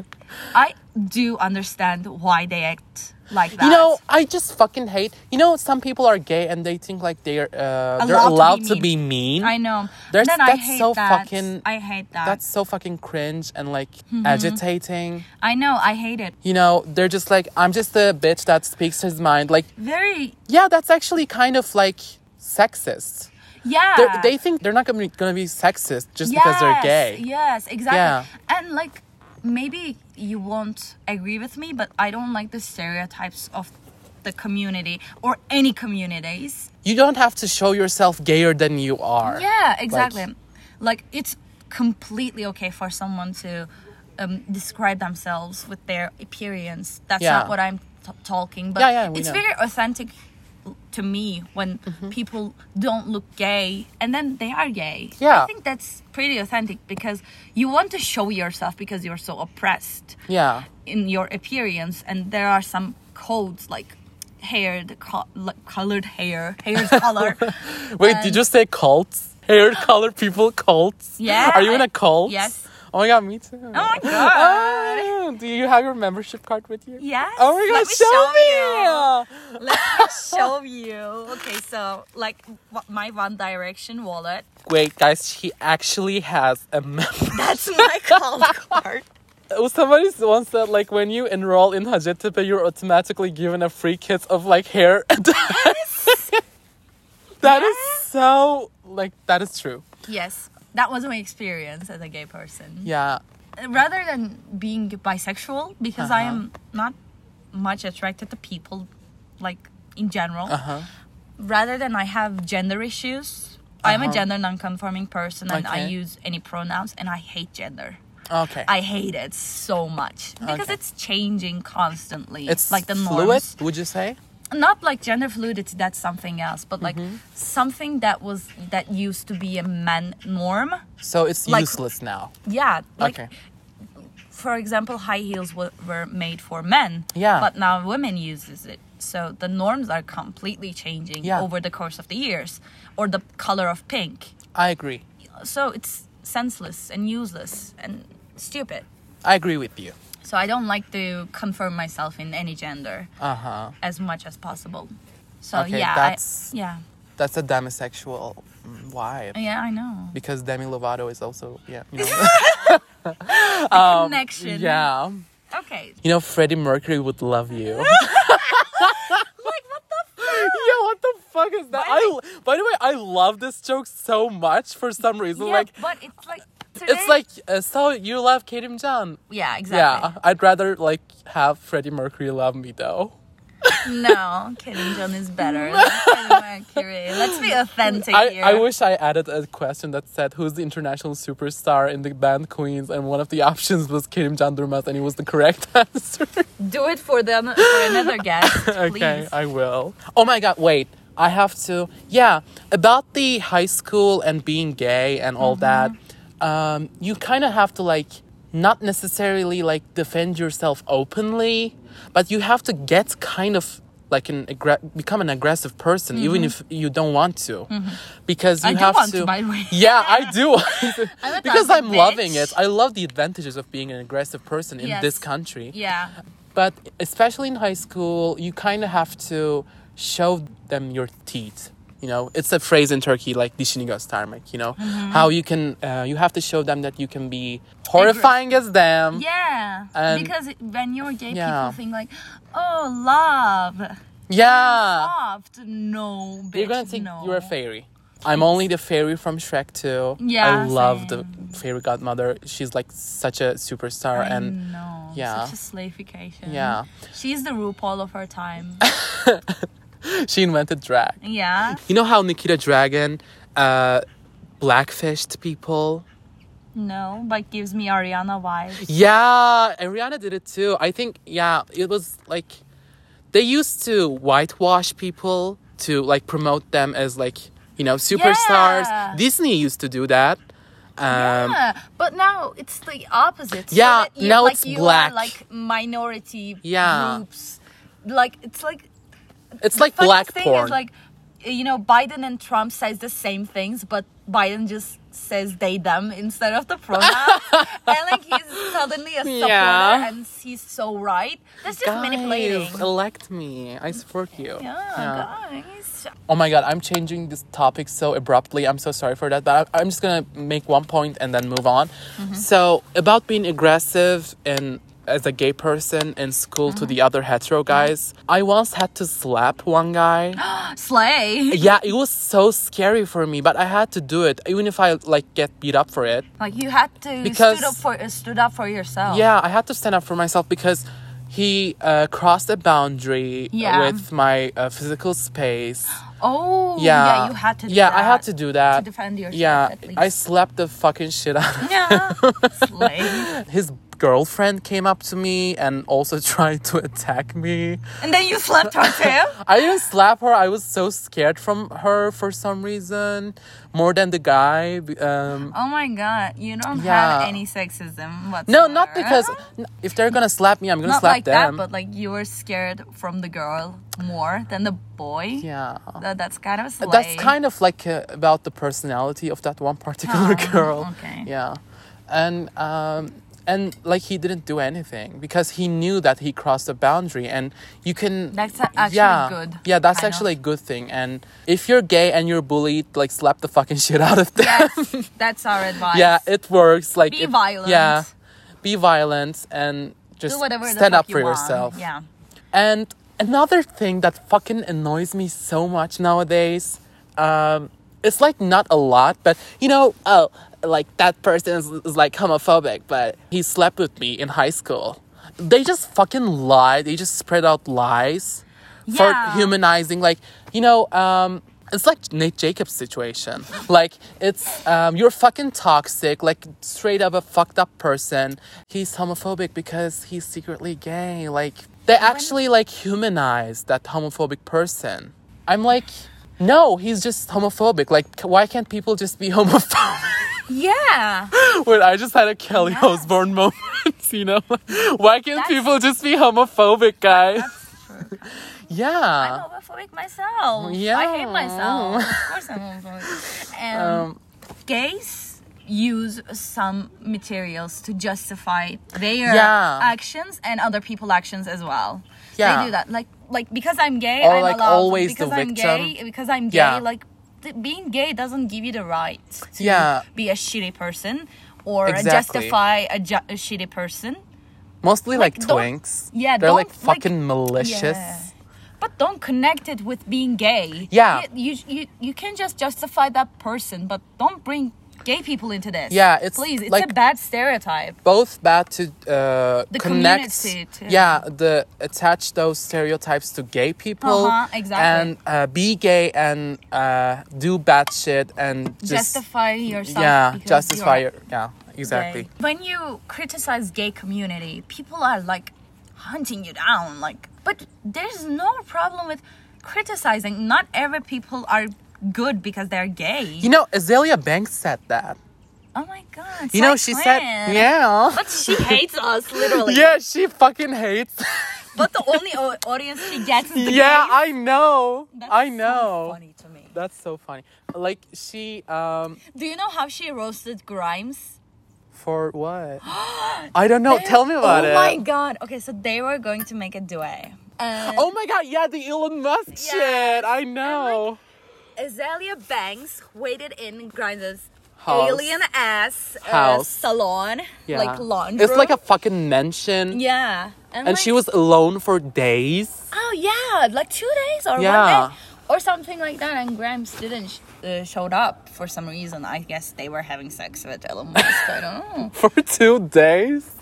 [SPEAKER 2] I do understand why they act like that.
[SPEAKER 1] You know, I just fucking hate. You know, some people are gay and they think like they're uh, they're allowed
[SPEAKER 2] Allowed
[SPEAKER 1] to
[SPEAKER 2] to be
[SPEAKER 1] be mean.
[SPEAKER 2] I know.
[SPEAKER 1] There's-
[SPEAKER 2] then I
[SPEAKER 1] that's
[SPEAKER 2] hate
[SPEAKER 1] so
[SPEAKER 2] that.
[SPEAKER 1] fucking-
[SPEAKER 2] I hate that. Mm-hmm.
[SPEAKER 1] That's so fucking cringe and like agitating.
[SPEAKER 2] I know. I hate it.
[SPEAKER 1] You know, they're just like, I'm just a bitch that speaks his mind. Like,
[SPEAKER 2] Very.
[SPEAKER 1] yeah, that's actually kind of like sexist.
[SPEAKER 2] Yeah.
[SPEAKER 1] They're, they think they're not gonna be, gonna be sexist just because they're
[SPEAKER 2] Yes,
[SPEAKER 1] gay.
[SPEAKER 2] Yes, exactly.
[SPEAKER 1] Yeah.
[SPEAKER 2] And like maybe you won't agree with me, but I don't like the stereotypes of the community or any communities.
[SPEAKER 1] You don't have to show yourself gayer than you are.
[SPEAKER 2] Yeah, exactly. Like, it's completely okay for someone to um, describe themselves with their appearance. That's
[SPEAKER 1] Yeah.
[SPEAKER 2] not what I'm t- talking, but
[SPEAKER 1] Yeah, yeah, we
[SPEAKER 2] it's
[SPEAKER 1] know. Mm-hmm.
[SPEAKER 2] very authentic to me when people don't look gay and then they are gay.
[SPEAKER 1] Yeah.
[SPEAKER 2] I think that's pretty authentic because you want to show yourself because you're so oppressed
[SPEAKER 1] yeah.
[SPEAKER 2] in your appearance and there are some codes like hair, the co- like colored hair, hair color.
[SPEAKER 1] Wait, did you say cults? Hair color people cults?
[SPEAKER 2] Yeah,
[SPEAKER 1] Are you in
[SPEAKER 2] I-
[SPEAKER 1] a cult?
[SPEAKER 2] yes.
[SPEAKER 1] Oh my god, me too. Oh
[SPEAKER 2] my God.
[SPEAKER 1] do you have your membership card with you?
[SPEAKER 2] Yes,
[SPEAKER 1] Oh my god, show, me!
[SPEAKER 2] let me show Let me show you. Okay, so like w- my One Direction wallet.
[SPEAKER 1] Wait, guys, she actually has a member.
[SPEAKER 2] That's my call card.
[SPEAKER 1] Oh, Somebody once said like when you enroll in Hacettepe, you're automatically given a free kit of like hair. That is so like that is true.
[SPEAKER 2] Yes, that was my experience as a gay person.
[SPEAKER 1] Yeah.
[SPEAKER 2] Rather than being bisexual, because I am not much attracted to people, like in general.
[SPEAKER 1] Uh-huh.
[SPEAKER 2] Rather than I have gender issues, I'm a gender non-conforming person, and I
[SPEAKER 1] Okay.
[SPEAKER 2] use any pronouns, and I hate gender.
[SPEAKER 1] Okay.
[SPEAKER 2] I hate it so much because
[SPEAKER 1] Okay.
[SPEAKER 2] it's changing constantly.
[SPEAKER 1] it's
[SPEAKER 2] like the
[SPEAKER 1] fluid,
[SPEAKER 2] norms.
[SPEAKER 1] would you say?
[SPEAKER 2] Not like gender fluidity, that's something else, but like
[SPEAKER 1] Mm-hmm.
[SPEAKER 2] something that was that used to be a man norm.
[SPEAKER 1] So it's
[SPEAKER 2] Like-
[SPEAKER 1] useless now.
[SPEAKER 2] Yeah. Like
[SPEAKER 1] okay.
[SPEAKER 2] for example, high heels w- were made for men.
[SPEAKER 1] Yeah.
[SPEAKER 2] But now women uses it. So the norms are completely changing
[SPEAKER 1] Yeah.
[SPEAKER 2] over the course of the years, or the color of pink.
[SPEAKER 1] I agree.
[SPEAKER 2] So it's senseless and useless and stupid.
[SPEAKER 1] I agree with you.
[SPEAKER 2] So I don't like to confirm myself in any gender
[SPEAKER 1] Uh huh.
[SPEAKER 2] as much as possible. So
[SPEAKER 1] Okay,
[SPEAKER 2] yeah,
[SPEAKER 1] that's-
[SPEAKER 2] I, yeah,
[SPEAKER 1] That's a demisexual mm, vibe.
[SPEAKER 2] yeah, I know.
[SPEAKER 1] Because Demi Lovato is also, yeah. You know,
[SPEAKER 2] Connection.
[SPEAKER 1] yeah.
[SPEAKER 2] Okay.
[SPEAKER 1] You know, Freddie Mercury would love you. like, what the fuck? Yeah, what the fuck is that?
[SPEAKER 2] Why
[SPEAKER 1] I, by the way, I love this joke so much for some reason.
[SPEAKER 2] yeah,
[SPEAKER 1] like,
[SPEAKER 2] but it's like today-
[SPEAKER 1] it's like, uh, so you love Katie John.
[SPEAKER 2] yeah, exactly.
[SPEAKER 1] Yeah, I'd rather like have Freddie Mercury love me though.
[SPEAKER 2] No, Kidding John is better. That's kind of accurate. Let's be authentic
[SPEAKER 1] I,
[SPEAKER 2] here.
[SPEAKER 1] I wish I added a question that said who's the international superstar in the band Queens and one of the options was Kim John Durmaz and it was the correct answer.
[SPEAKER 2] do it for them for another guest,
[SPEAKER 1] okay,
[SPEAKER 2] please.
[SPEAKER 1] I will. Oh my god, wait. I have to yeah, about the high school and being gay and all
[SPEAKER 2] Mm-hmm.
[SPEAKER 1] that. Um you kind of have to like not necessarily like defend yourself openly, but you have to get kind of like an aggre- become an aggressive person even if you don't want to. Because you
[SPEAKER 2] Mm-hmm. I do
[SPEAKER 1] have
[SPEAKER 2] want
[SPEAKER 1] to
[SPEAKER 2] to, by the way.
[SPEAKER 1] Yeah, I do.
[SPEAKER 2] I'm a
[SPEAKER 1] because I'm
[SPEAKER 2] toxic
[SPEAKER 1] loving
[SPEAKER 2] bitch.
[SPEAKER 1] it. I love the advantages of being an aggressive person in
[SPEAKER 2] Yes.
[SPEAKER 1] this country.
[SPEAKER 2] yeah.
[SPEAKER 1] But especially in high school, you kind of have to show them your teeth. You know, it's a phrase in Turkey like dişini göstermek, you know,
[SPEAKER 2] Mm-hmm.
[SPEAKER 1] how you can, uh, you have to show them that you can be horrifying as them.
[SPEAKER 2] Yeah.
[SPEAKER 1] And-
[SPEAKER 2] because when you're gay,
[SPEAKER 1] Yeah.
[SPEAKER 2] people think like, oh, love.
[SPEAKER 1] Yeah.
[SPEAKER 2] Soft. No, bitch.
[SPEAKER 1] You're gonna think
[SPEAKER 2] no.
[SPEAKER 1] you're a fairy. I'm only the fairy from Shrek 2. I
[SPEAKER 2] Yeah,
[SPEAKER 1] love the fairy godmother. She's like such a superstar. and
[SPEAKER 2] no,
[SPEAKER 1] yeah.
[SPEAKER 2] such a slavification.
[SPEAKER 1] Yeah.
[SPEAKER 2] she's the RuPaul of her time.
[SPEAKER 1] she invented drag.
[SPEAKER 2] yeah,
[SPEAKER 1] You know how Nikita Dragon uh, blackfished people?
[SPEAKER 2] no, but gives me Ariana vibes.
[SPEAKER 1] Yeah, and Rihanna did it too. I think, yeah, it was like they used to whitewash people to like promote them as like, you know, superstars.
[SPEAKER 2] Yeah.
[SPEAKER 1] Disney used to do that. Um,
[SPEAKER 2] yeah, but now it's the opposite. so
[SPEAKER 1] Yeah,
[SPEAKER 2] that you-
[SPEAKER 1] now
[SPEAKER 2] like
[SPEAKER 1] it's
[SPEAKER 2] you
[SPEAKER 1] black.
[SPEAKER 2] Are like minority
[SPEAKER 1] Yeah.
[SPEAKER 2] groups. Like it's like
[SPEAKER 1] It's like
[SPEAKER 2] funny
[SPEAKER 1] black
[SPEAKER 2] thing
[SPEAKER 1] porn.
[SPEAKER 2] Is like you know, Biden and Trump says the same things, but Biden just says they them instead of the pronoun. and like he's suddenly a supporter
[SPEAKER 1] Yeah.
[SPEAKER 2] and he's so right. That's just
[SPEAKER 1] Guys,
[SPEAKER 2] manipulating.
[SPEAKER 1] elect me. I support you.
[SPEAKER 2] yeah, guys.
[SPEAKER 1] Oh my god, I'm changing this topic so abruptly. I'm so sorry for that, but I- I'm just gonna make one point and then move on. So about being aggressive and as a gay person in school to the other hetero guys, I once had to slap one guy.
[SPEAKER 2] Slay.
[SPEAKER 1] yeah, it was so scary for me, but I had to do it, even if I like get beat up for it.
[SPEAKER 2] Like you had to
[SPEAKER 1] Because-
[SPEAKER 2] stood up for stood up for yourself.
[SPEAKER 1] Yeah, I had to stand up for myself because he uh, crossed a boundary
[SPEAKER 2] Yeah.
[SPEAKER 1] with my uh, physical space.
[SPEAKER 2] Oh.
[SPEAKER 1] Yeah.
[SPEAKER 2] you had to. Do
[SPEAKER 1] yeah, I
[SPEAKER 2] that.
[SPEAKER 1] had to do that.
[SPEAKER 2] defend yourself,
[SPEAKER 1] Yeah,
[SPEAKER 2] at
[SPEAKER 1] I
[SPEAKER 2] least.
[SPEAKER 1] slapped the fucking shit out. of
[SPEAKER 2] Yeah. Slay.
[SPEAKER 1] His girlfriend came up to me and also tried to attack me.
[SPEAKER 2] And then you slapped her too.
[SPEAKER 1] I didn't slap her. I was so scared from her for some reason, more than the guy. b- Um,
[SPEAKER 2] Oh my god, you don't
[SPEAKER 1] Yeah.
[SPEAKER 2] have any sexism whatsoever.
[SPEAKER 1] no, not because n- if they're gonna slap me, I'm gonna
[SPEAKER 2] Not
[SPEAKER 1] slap
[SPEAKER 2] like
[SPEAKER 1] them.
[SPEAKER 2] that, but like you were scared from the girl more than the boy.
[SPEAKER 1] yeah.
[SPEAKER 2] That, that's kind of slay.
[SPEAKER 1] That's kind of like uh, about the personality of that one particular
[SPEAKER 2] Oh,
[SPEAKER 1] girl.
[SPEAKER 2] okay.
[SPEAKER 1] Yeah, and um, and like he didn't do anything because he knew that he crossed a boundary, and you can.
[SPEAKER 2] That's a- actually
[SPEAKER 1] yeah,
[SPEAKER 2] good,
[SPEAKER 1] Yeah, that's
[SPEAKER 2] kind of.
[SPEAKER 1] actually a good thing. And if you're gay and you're bullied, like slap the fucking shit out of them.
[SPEAKER 2] Yes, that's our advice.
[SPEAKER 1] yeah, it works. Like
[SPEAKER 2] Be
[SPEAKER 1] it-
[SPEAKER 2] violent.
[SPEAKER 1] Yeah, be violent and just
[SPEAKER 2] do whatever the
[SPEAKER 1] stand
[SPEAKER 2] fuck
[SPEAKER 1] up
[SPEAKER 2] you
[SPEAKER 1] for
[SPEAKER 2] want.
[SPEAKER 1] yourself.
[SPEAKER 2] Yeah.
[SPEAKER 1] And another thing that fucking annoys me so much nowadays, um, it's like not a lot, but you know, oh, like that person is, is like homophobic, but he slept with me in high school. They just fucking lie. They just spread out lies
[SPEAKER 2] Yeah.
[SPEAKER 1] for humanizing. Like, you know, um, it's like Nate Jacobs situation. Like, it's um, you're fucking toxic. Like, straight up a fucked up person. He's homophobic because he's secretly gay. Like, they actually like humanize that homophobic person. I'm like, no, he's just homophobic. Like, c- why can't people just be homophobic?
[SPEAKER 2] Yeah.
[SPEAKER 1] Wait, I just had a Kelly
[SPEAKER 2] Yes.
[SPEAKER 1] Osbourne moment. You know, why can't
[SPEAKER 2] That's-
[SPEAKER 1] people just be homophobic, guys? yeah.
[SPEAKER 2] I'm homophobic myself. I
[SPEAKER 1] yeah. Oh. Um,
[SPEAKER 2] hate myself. Of course I'm homophobic. And gays use some materials to justify their
[SPEAKER 1] Yeah.
[SPEAKER 2] actions and other people's actions as well.
[SPEAKER 1] Yeah.
[SPEAKER 2] They do that. Like like because I'm gay,
[SPEAKER 1] Or,
[SPEAKER 2] I'm
[SPEAKER 1] like,
[SPEAKER 2] allowed
[SPEAKER 1] always the
[SPEAKER 2] because I'm
[SPEAKER 1] victim.
[SPEAKER 2] gay because I'm gay,
[SPEAKER 1] Yeah.
[SPEAKER 2] like th- being gay doesn't give you the right to
[SPEAKER 1] Yeah.
[SPEAKER 2] be a shitty person or
[SPEAKER 1] Exactly.
[SPEAKER 2] justify a, ju- a shitty person.
[SPEAKER 1] Mostly like,
[SPEAKER 2] don't-
[SPEAKER 1] twinks.
[SPEAKER 2] yeah,
[SPEAKER 1] they're like
[SPEAKER 2] don't, like-
[SPEAKER 1] fucking malicious.
[SPEAKER 2] Yeah. But don't connect it with being gay.
[SPEAKER 1] Yeah.
[SPEAKER 2] You, you you you can just justify that person, but don't bring gay people into this.
[SPEAKER 1] Yeah, it's
[SPEAKER 2] please, it's
[SPEAKER 1] like-
[SPEAKER 2] a bad stereotype.
[SPEAKER 1] Both bad to uh,
[SPEAKER 2] The
[SPEAKER 1] connect.
[SPEAKER 2] community too.
[SPEAKER 1] Yeah, the attach those stereotypes to gay people
[SPEAKER 2] Uh-huh, exactly.
[SPEAKER 1] and uh, be gay and uh, do bad shit and just
[SPEAKER 2] justify yourself.
[SPEAKER 1] yeah,
[SPEAKER 2] because
[SPEAKER 1] justify
[SPEAKER 2] you're
[SPEAKER 1] your yeah, exactly.
[SPEAKER 2] gay. When you criticize gay community, people are like hunting you down. Like, but there's no problem with criticizing. Not every people are good because they're gay.
[SPEAKER 1] You know, Azalea Banks said that.
[SPEAKER 2] oh my god!
[SPEAKER 1] You
[SPEAKER 2] Sai
[SPEAKER 1] know, she said
[SPEAKER 2] Klan.
[SPEAKER 1] yeah.
[SPEAKER 2] But she hates us literally.
[SPEAKER 1] Yeah, she fucking hates.
[SPEAKER 2] But the only o- audience she gets is the
[SPEAKER 1] yeah, I
[SPEAKER 2] gays.
[SPEAKER 1] know.
[SPEAKER 2] That's
[SPEAKER 1] I
[SPEAKER 2] so
[SPEAKER 1] know.
[SPEAKER 2] funny to me.
[SPEAKER 1] That's so funny. Like she um
[SPEAKER 2] Do you know how she roasted Grimes?
[SPEAKER 1] For what? I don't know. Tell me about it.
[SPEAKER 2] oh Oh my god. Okay, so they were going to make a duet. And
[SPEAKER 1] Oh my god, yeah, the Elon Musk shit. I know.
[SPEAKER 2] Azalea Banks waited in Grimes'
[SPEAKER 1] House.
[SPEAKER 2] alien ass uh,
[SPEAKER 1] House.
[SPEAKER 2] salon,
[SPEAKER 1] yeah.
[SPEAKER 2] like laundry.
[SPEAKER 1] It's like a fucking mansion.
[SPEAKER 2] yeah.
[SPEAKER 1] And she was alone for days.
[SPEAKER 2] oh yeah, like two days or
[SPEAKER 1] Yeah.
[SPEAKER 2] one day or something like that. And Grimes didn't sh- uh, showed up for some reason. I guess they were having sex with Elon Musk. I don't know.
[SPEAKER 1] For two days?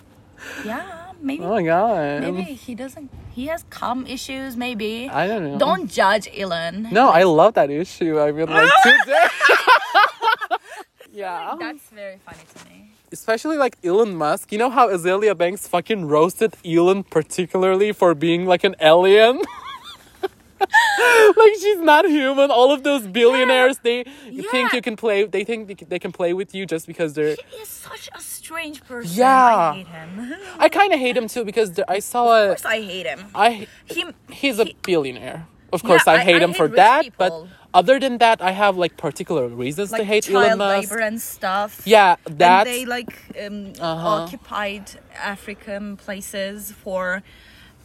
[SPEAKER 2] Yeah, maybe.
[SPEAKER 1] Oh my god.
[SPEAKER 2] Maybe he doesn't. He has cum issues. Maybe.
[SPEAKER 1] I don't know.
[SPEAKER 2] Don't judge Elon.
[SPEAKER 1] No, I love that issue. I mean, like two
[SPEAKER 2] Oh
[SPEAKER 1] days. yeah.
[SPEAKER 2] That's very funny to me.
[SPEAKER 1] Especially like Elon Musk. You know how Azalea Banks fucking roasted Elon particularly for being like an alien? like she's not human. All of those billionaires, they you think
[SPEAKER 2] Yeah.
[SPEAKER 1] you can play. They think they can- they can play with you just because they're.
[SPEAKER 2] He is such a strange person.
[SPEAKER 1] Yeah.
[SPEAKER 2] I hate him. Of
[SPEAKER 1] I kind of hate him too because there, I saw a.
[SPEAKER 2] course, I hate him.
[SPEAKER 1] I
[SPEAKER 2] He.
[SPEAKER 1] he's a billionaire. Of course,
[SPEAKER 2] Yeah,
[SPEAKER 1] I
[SPEAKER 2] I-
[SPEAKER 1] hate
[SPEAKER 2] I
[SPEAKER 1] him for
[SPEAKER 2] hate rich
[SPEAKER 1] that,
[SPEAKER 2] people.
[SPEAKER 1] but Other than that, I have like particular reasons to
[SPEAKER 2] like
[SPEAKER 1] hate
[SPEAKER 2] child
[SPEAKER 1] Elon Musk.
[SPEAKER 2] labor and stuff.
[SPEAKER 1] Yeah, Uh-huh. that.
[SPEAKER 2] and they like um, occupied African places for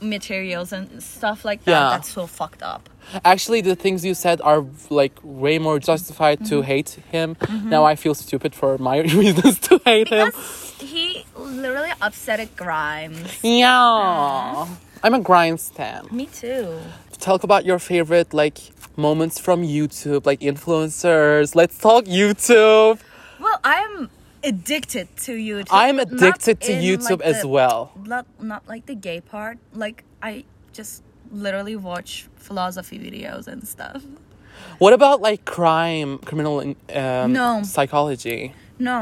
[SPEAKER 2] materials and stuff like that.
[SPEAKER 1] Yeah.
[SPEAKER 2] That's so fucked up.
[SPEAKER 1] Actually, the things you said are like way more justified to
[SPEAKER 2] Mm-hmm.
[SPEAKER 1] hate him. Now I feel stupid for my reasons to hate him.
[SPEAKER 2] Because he literally upset at Grimes.
[SPEAKER 1] Yeah. I'm a grind stan.
[SPEAKER 2] Me too.
[SPEAKER 1] Talk about your favorite like moments from YouTube, like influencers. Let's talk YouTube.
[SPEAKER 2] Well, I'm addicted to YouTube.
[SPEAKER 1] I'm
[SPEAKER 2] Not
[SPEAKER 1] addicted to
[SPEAKER 2] in,
[SPEAKER 1] YouTube
[SPEAKER 2] like,
[SPEAKER 1] as
[SPEAKER 2] the-
[SPEAKER 1] well.
[SPEAKER 2] Not not like the gay part. Like I just literally watch philosophy videos and stuff.
[SPEAKER 1] What about like crime, criminal um,
[SPEAKER 2] No.
[SPEAKER 1] psychology?
[SPEAKER 2] No,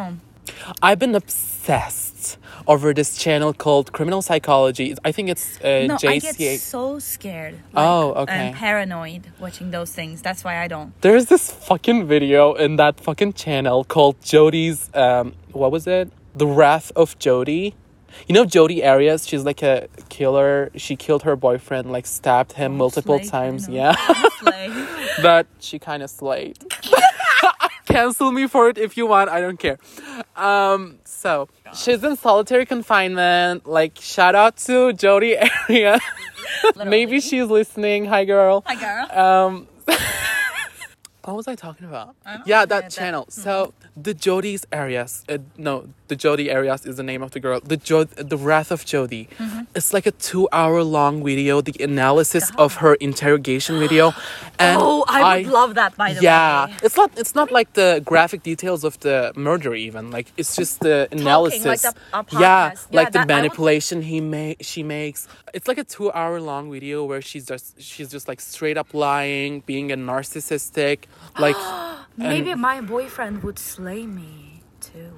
[SPEAKER 1] I've been obsessed over this channel called Criminal Psychology. I think it's uh,
[SPEAKER 2] no, I
[SPEAKER 1] JCA.
[SPEAKER 2] get so scared.
[SPEAKER 1] Oh, okay.
[SPEAKER 2] I'm paranoid watching those things. That's why I don't.
[SPEAKER 1] There's this fucking video in that fucking channel called Jody's. Um, what was it? The Wrath of Jody. You know Jody Arias. She's like a killer. She killed her boyfriend, like stabbed him multiple
[SPEAKER 2] Slay,
[SPEAKER 1] times.
[SPEAKER 2] no.
[SPEAKER 1] Yeah,
[SPEAKER 2] Slay.
[SPEAKER 1] but she kind of slayed. Cancel me for it if you want. I don't care. Um, so she's in solitary confinement. Like shout out to Jody Arias. Maybe she's listening. Hi, girl.
[SPEAKER 2] Hi, girl.
[SPEAKER 1] Um, what was I talking about?
[SPEAKER 2] don't
[SPEAKER 1] Yeah,
[SPEAKER 2] know,
[SPEAKER 1] that
[SPEAKER 2] that- mm-hmm.
[SPEAKER 1] channel. So the Jody's Arias. Uh, no, the Jody Arias is the name of the girl. The jo- the Wrath of Jody.
[SPEAKER 2] Mm-hmm.
[SPEAKER 1] It's like a two-hour-long video. The analysis of her interrogation video. And
[SPEAKER 2] oh, I would love that. By the
[SPEAKER 1] yeah,
[SPEAKER 2] way.
[SPEAKER 1] it's not. It's not like the graphic details of the murder. Even like it's just the analysis.
[SPEAKER 2] the- a
[SPEAKER 1] yeah,
[SPEAKER 2] podcast. Yeah,
[SPEAKER 1] like the
[SPEAKER 2] that- I would-
[SPEAKER 1] manipulation he make. She makes. It's like a two-hour-long video where she's just she's just like straight up lying, being a narcissistic. Like,
[SPEAKER 3] Maybe my boyfriend would slay me too.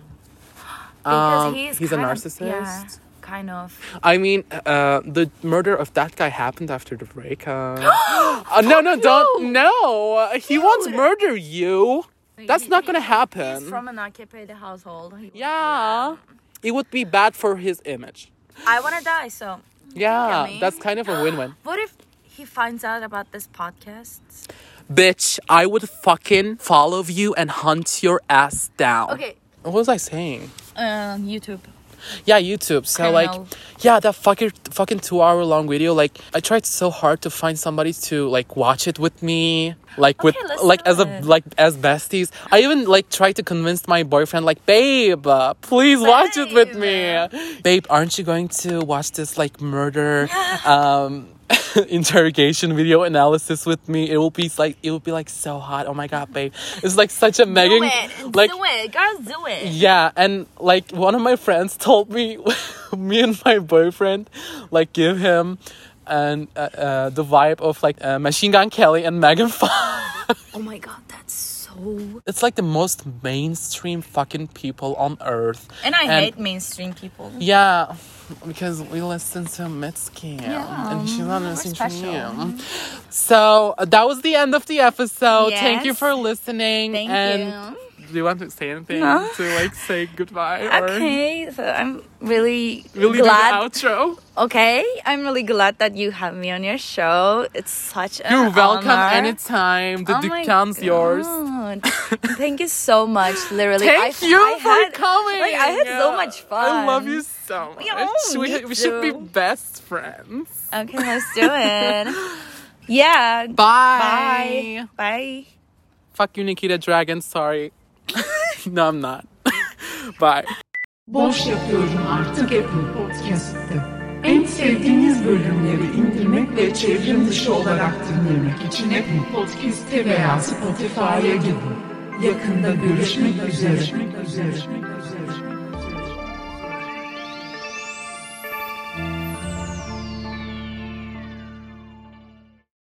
[SPEAKER 3] Because
[SPEAKER 1] um,
[SPEAKER 3] he is
[SPEAKER 1] he's a
[SPEAKER 3] kind of-
[SPEAKER 1] narcissist.
[SPEAKER 3] yeah, kind of.
[SPEAKER 1] I mean, uh, the murder of that guy happened after the breakup. uh, no, no, don't. No, he wants murder you. That's
[SPEAKER 3] He-
[SPEAKER 1] not
[SPEAKER 3] he-
[SPEAKER 1] gonna happen.
[SPEAKER 3] He's from an occupied household. He-
[SPEAKER 1] Yeah. It would be bad for his image.
[SPEAKER 3] I want to die, so.
[SPEAKER 1] Yeah,
[SPEAKER 3] Yummy.
[SPEAKER 1] that's kind of a win win.
[SPEAKER 3] What if he finds out about this podcast?
[SPEAKER 1] Bitch, I would fucking follow you and hunt your ass down.
[SPEAKER 3] Okay. um,
[SPEAKER 1] What was I saying?
[SPEAKER 2] Uh, YouTube.
[SPEAKER 1] Yeah, YouTube. So,
[SPEAKER 2] Criminal.
[SPEAKER 1] like, yeah, that fucking, fucking two hour long video. Like, I tried so hard to find somebody to, like, watch it with me. Like with
[SPEAKER 2] Okay, let's
[SPEAKER 1] like
[SPEAKER 2] do
[SPEAKER 1] as a
[SPEAKER 2] it.
[SPEAKER 1] like as besties, I even like tried to convince my boyfriend like, babe, uh, please watch it with me. Babe, aren't you going to watch this like murder um interrogation video analysis with me? It will be like it will be like so hot. Oh my god, babe. It's like such a Megan
[SPEAKER 3] do it.
[SPEAKER 1] like
[SPEAKER 3] do it. Girls, do it.
[SPEAKER 1] yeah, and like one of my friends told me, me and my boyfriend, like give him and uh, uh, the vibe of like uh, Machine Gun Kelly and Megan Fox.
[SPEAKER 3] Oh my god, that's so.
[SPEAKER 1] It's like the most mainstream fucking people on earth.
[SPEAKER 2] And I
[SPEAKER 1] And-
[SPEAKER 2] hate mainstream people.
[SPEAKER 1] Yeah, because we listen to Mitski and she's not listening to
[SPEAKER 2] special.
[SPEAKER 1] you. So uh, that was the end of the episode. Thank you
[SPEAKER 2] Yes.
[SPEAKER 1] for listening.
[SPEAKER 2] Thank
[SPEAKER 1] and Do you want to say anything
[SPEAKER 2] No.
[SPEAKER 1] to like say goodbye or?
[SPEAKER 2] Okay, so I'm really,
[SPEAKER 1] Really
[SPEAKER 2] glad.
[SPEAKER 1] do the outro.
[SPEAKER 2] Okay, I'm really glad that you have me on your show. It's such an
[SPEAKER 1] You're welcome
[SPEAKER 2] honor.
[SPEAKER 1] anytime. The
[SPEAKER 2] Oh my
[SPEAKER 1] discount's yours.
[SPEAKER 2] God. Thank you so much. Literally,
[SPEAKER 1] Thank
[SPEAKER 3] I-
[SPEAKER 1] you
[SPEAKER 3] I
[SPEAKER 1] for
[SPEAKER 3] had-
[SPEAKER 1] coming.
[SPEAKER 3] like, I had so much
[SPEAKER 1] I
[SPEAKER 3] fun.
[SPEAKER 1] love you so much.
[SPEAKER 2] oh,
[SPEAKER 1] we,
[SPEAKER 2] me
[SPEAKER 1] we should be
[SPEAKER 2] too.
[SPEAKER 1] best friends.
[SPEAKER 2] okay, let's do it. yeah.
[SPEAKER 1] Bye.
[SPEAKER 2] Bye. Bye.
[SPEAKER 1] Fuck you, Nikita Dragon. Sorry. no, I'm not. Bye.
[SPEAKER 4] Boş yapıyorum artık Apple Podcast'te. En sevdiğiniz bölümleri indirmek ve çevrim dışı olarak dinlemek için Apple Podcast'te veya Spotify'a gidin. Yakında görüşmek üzere.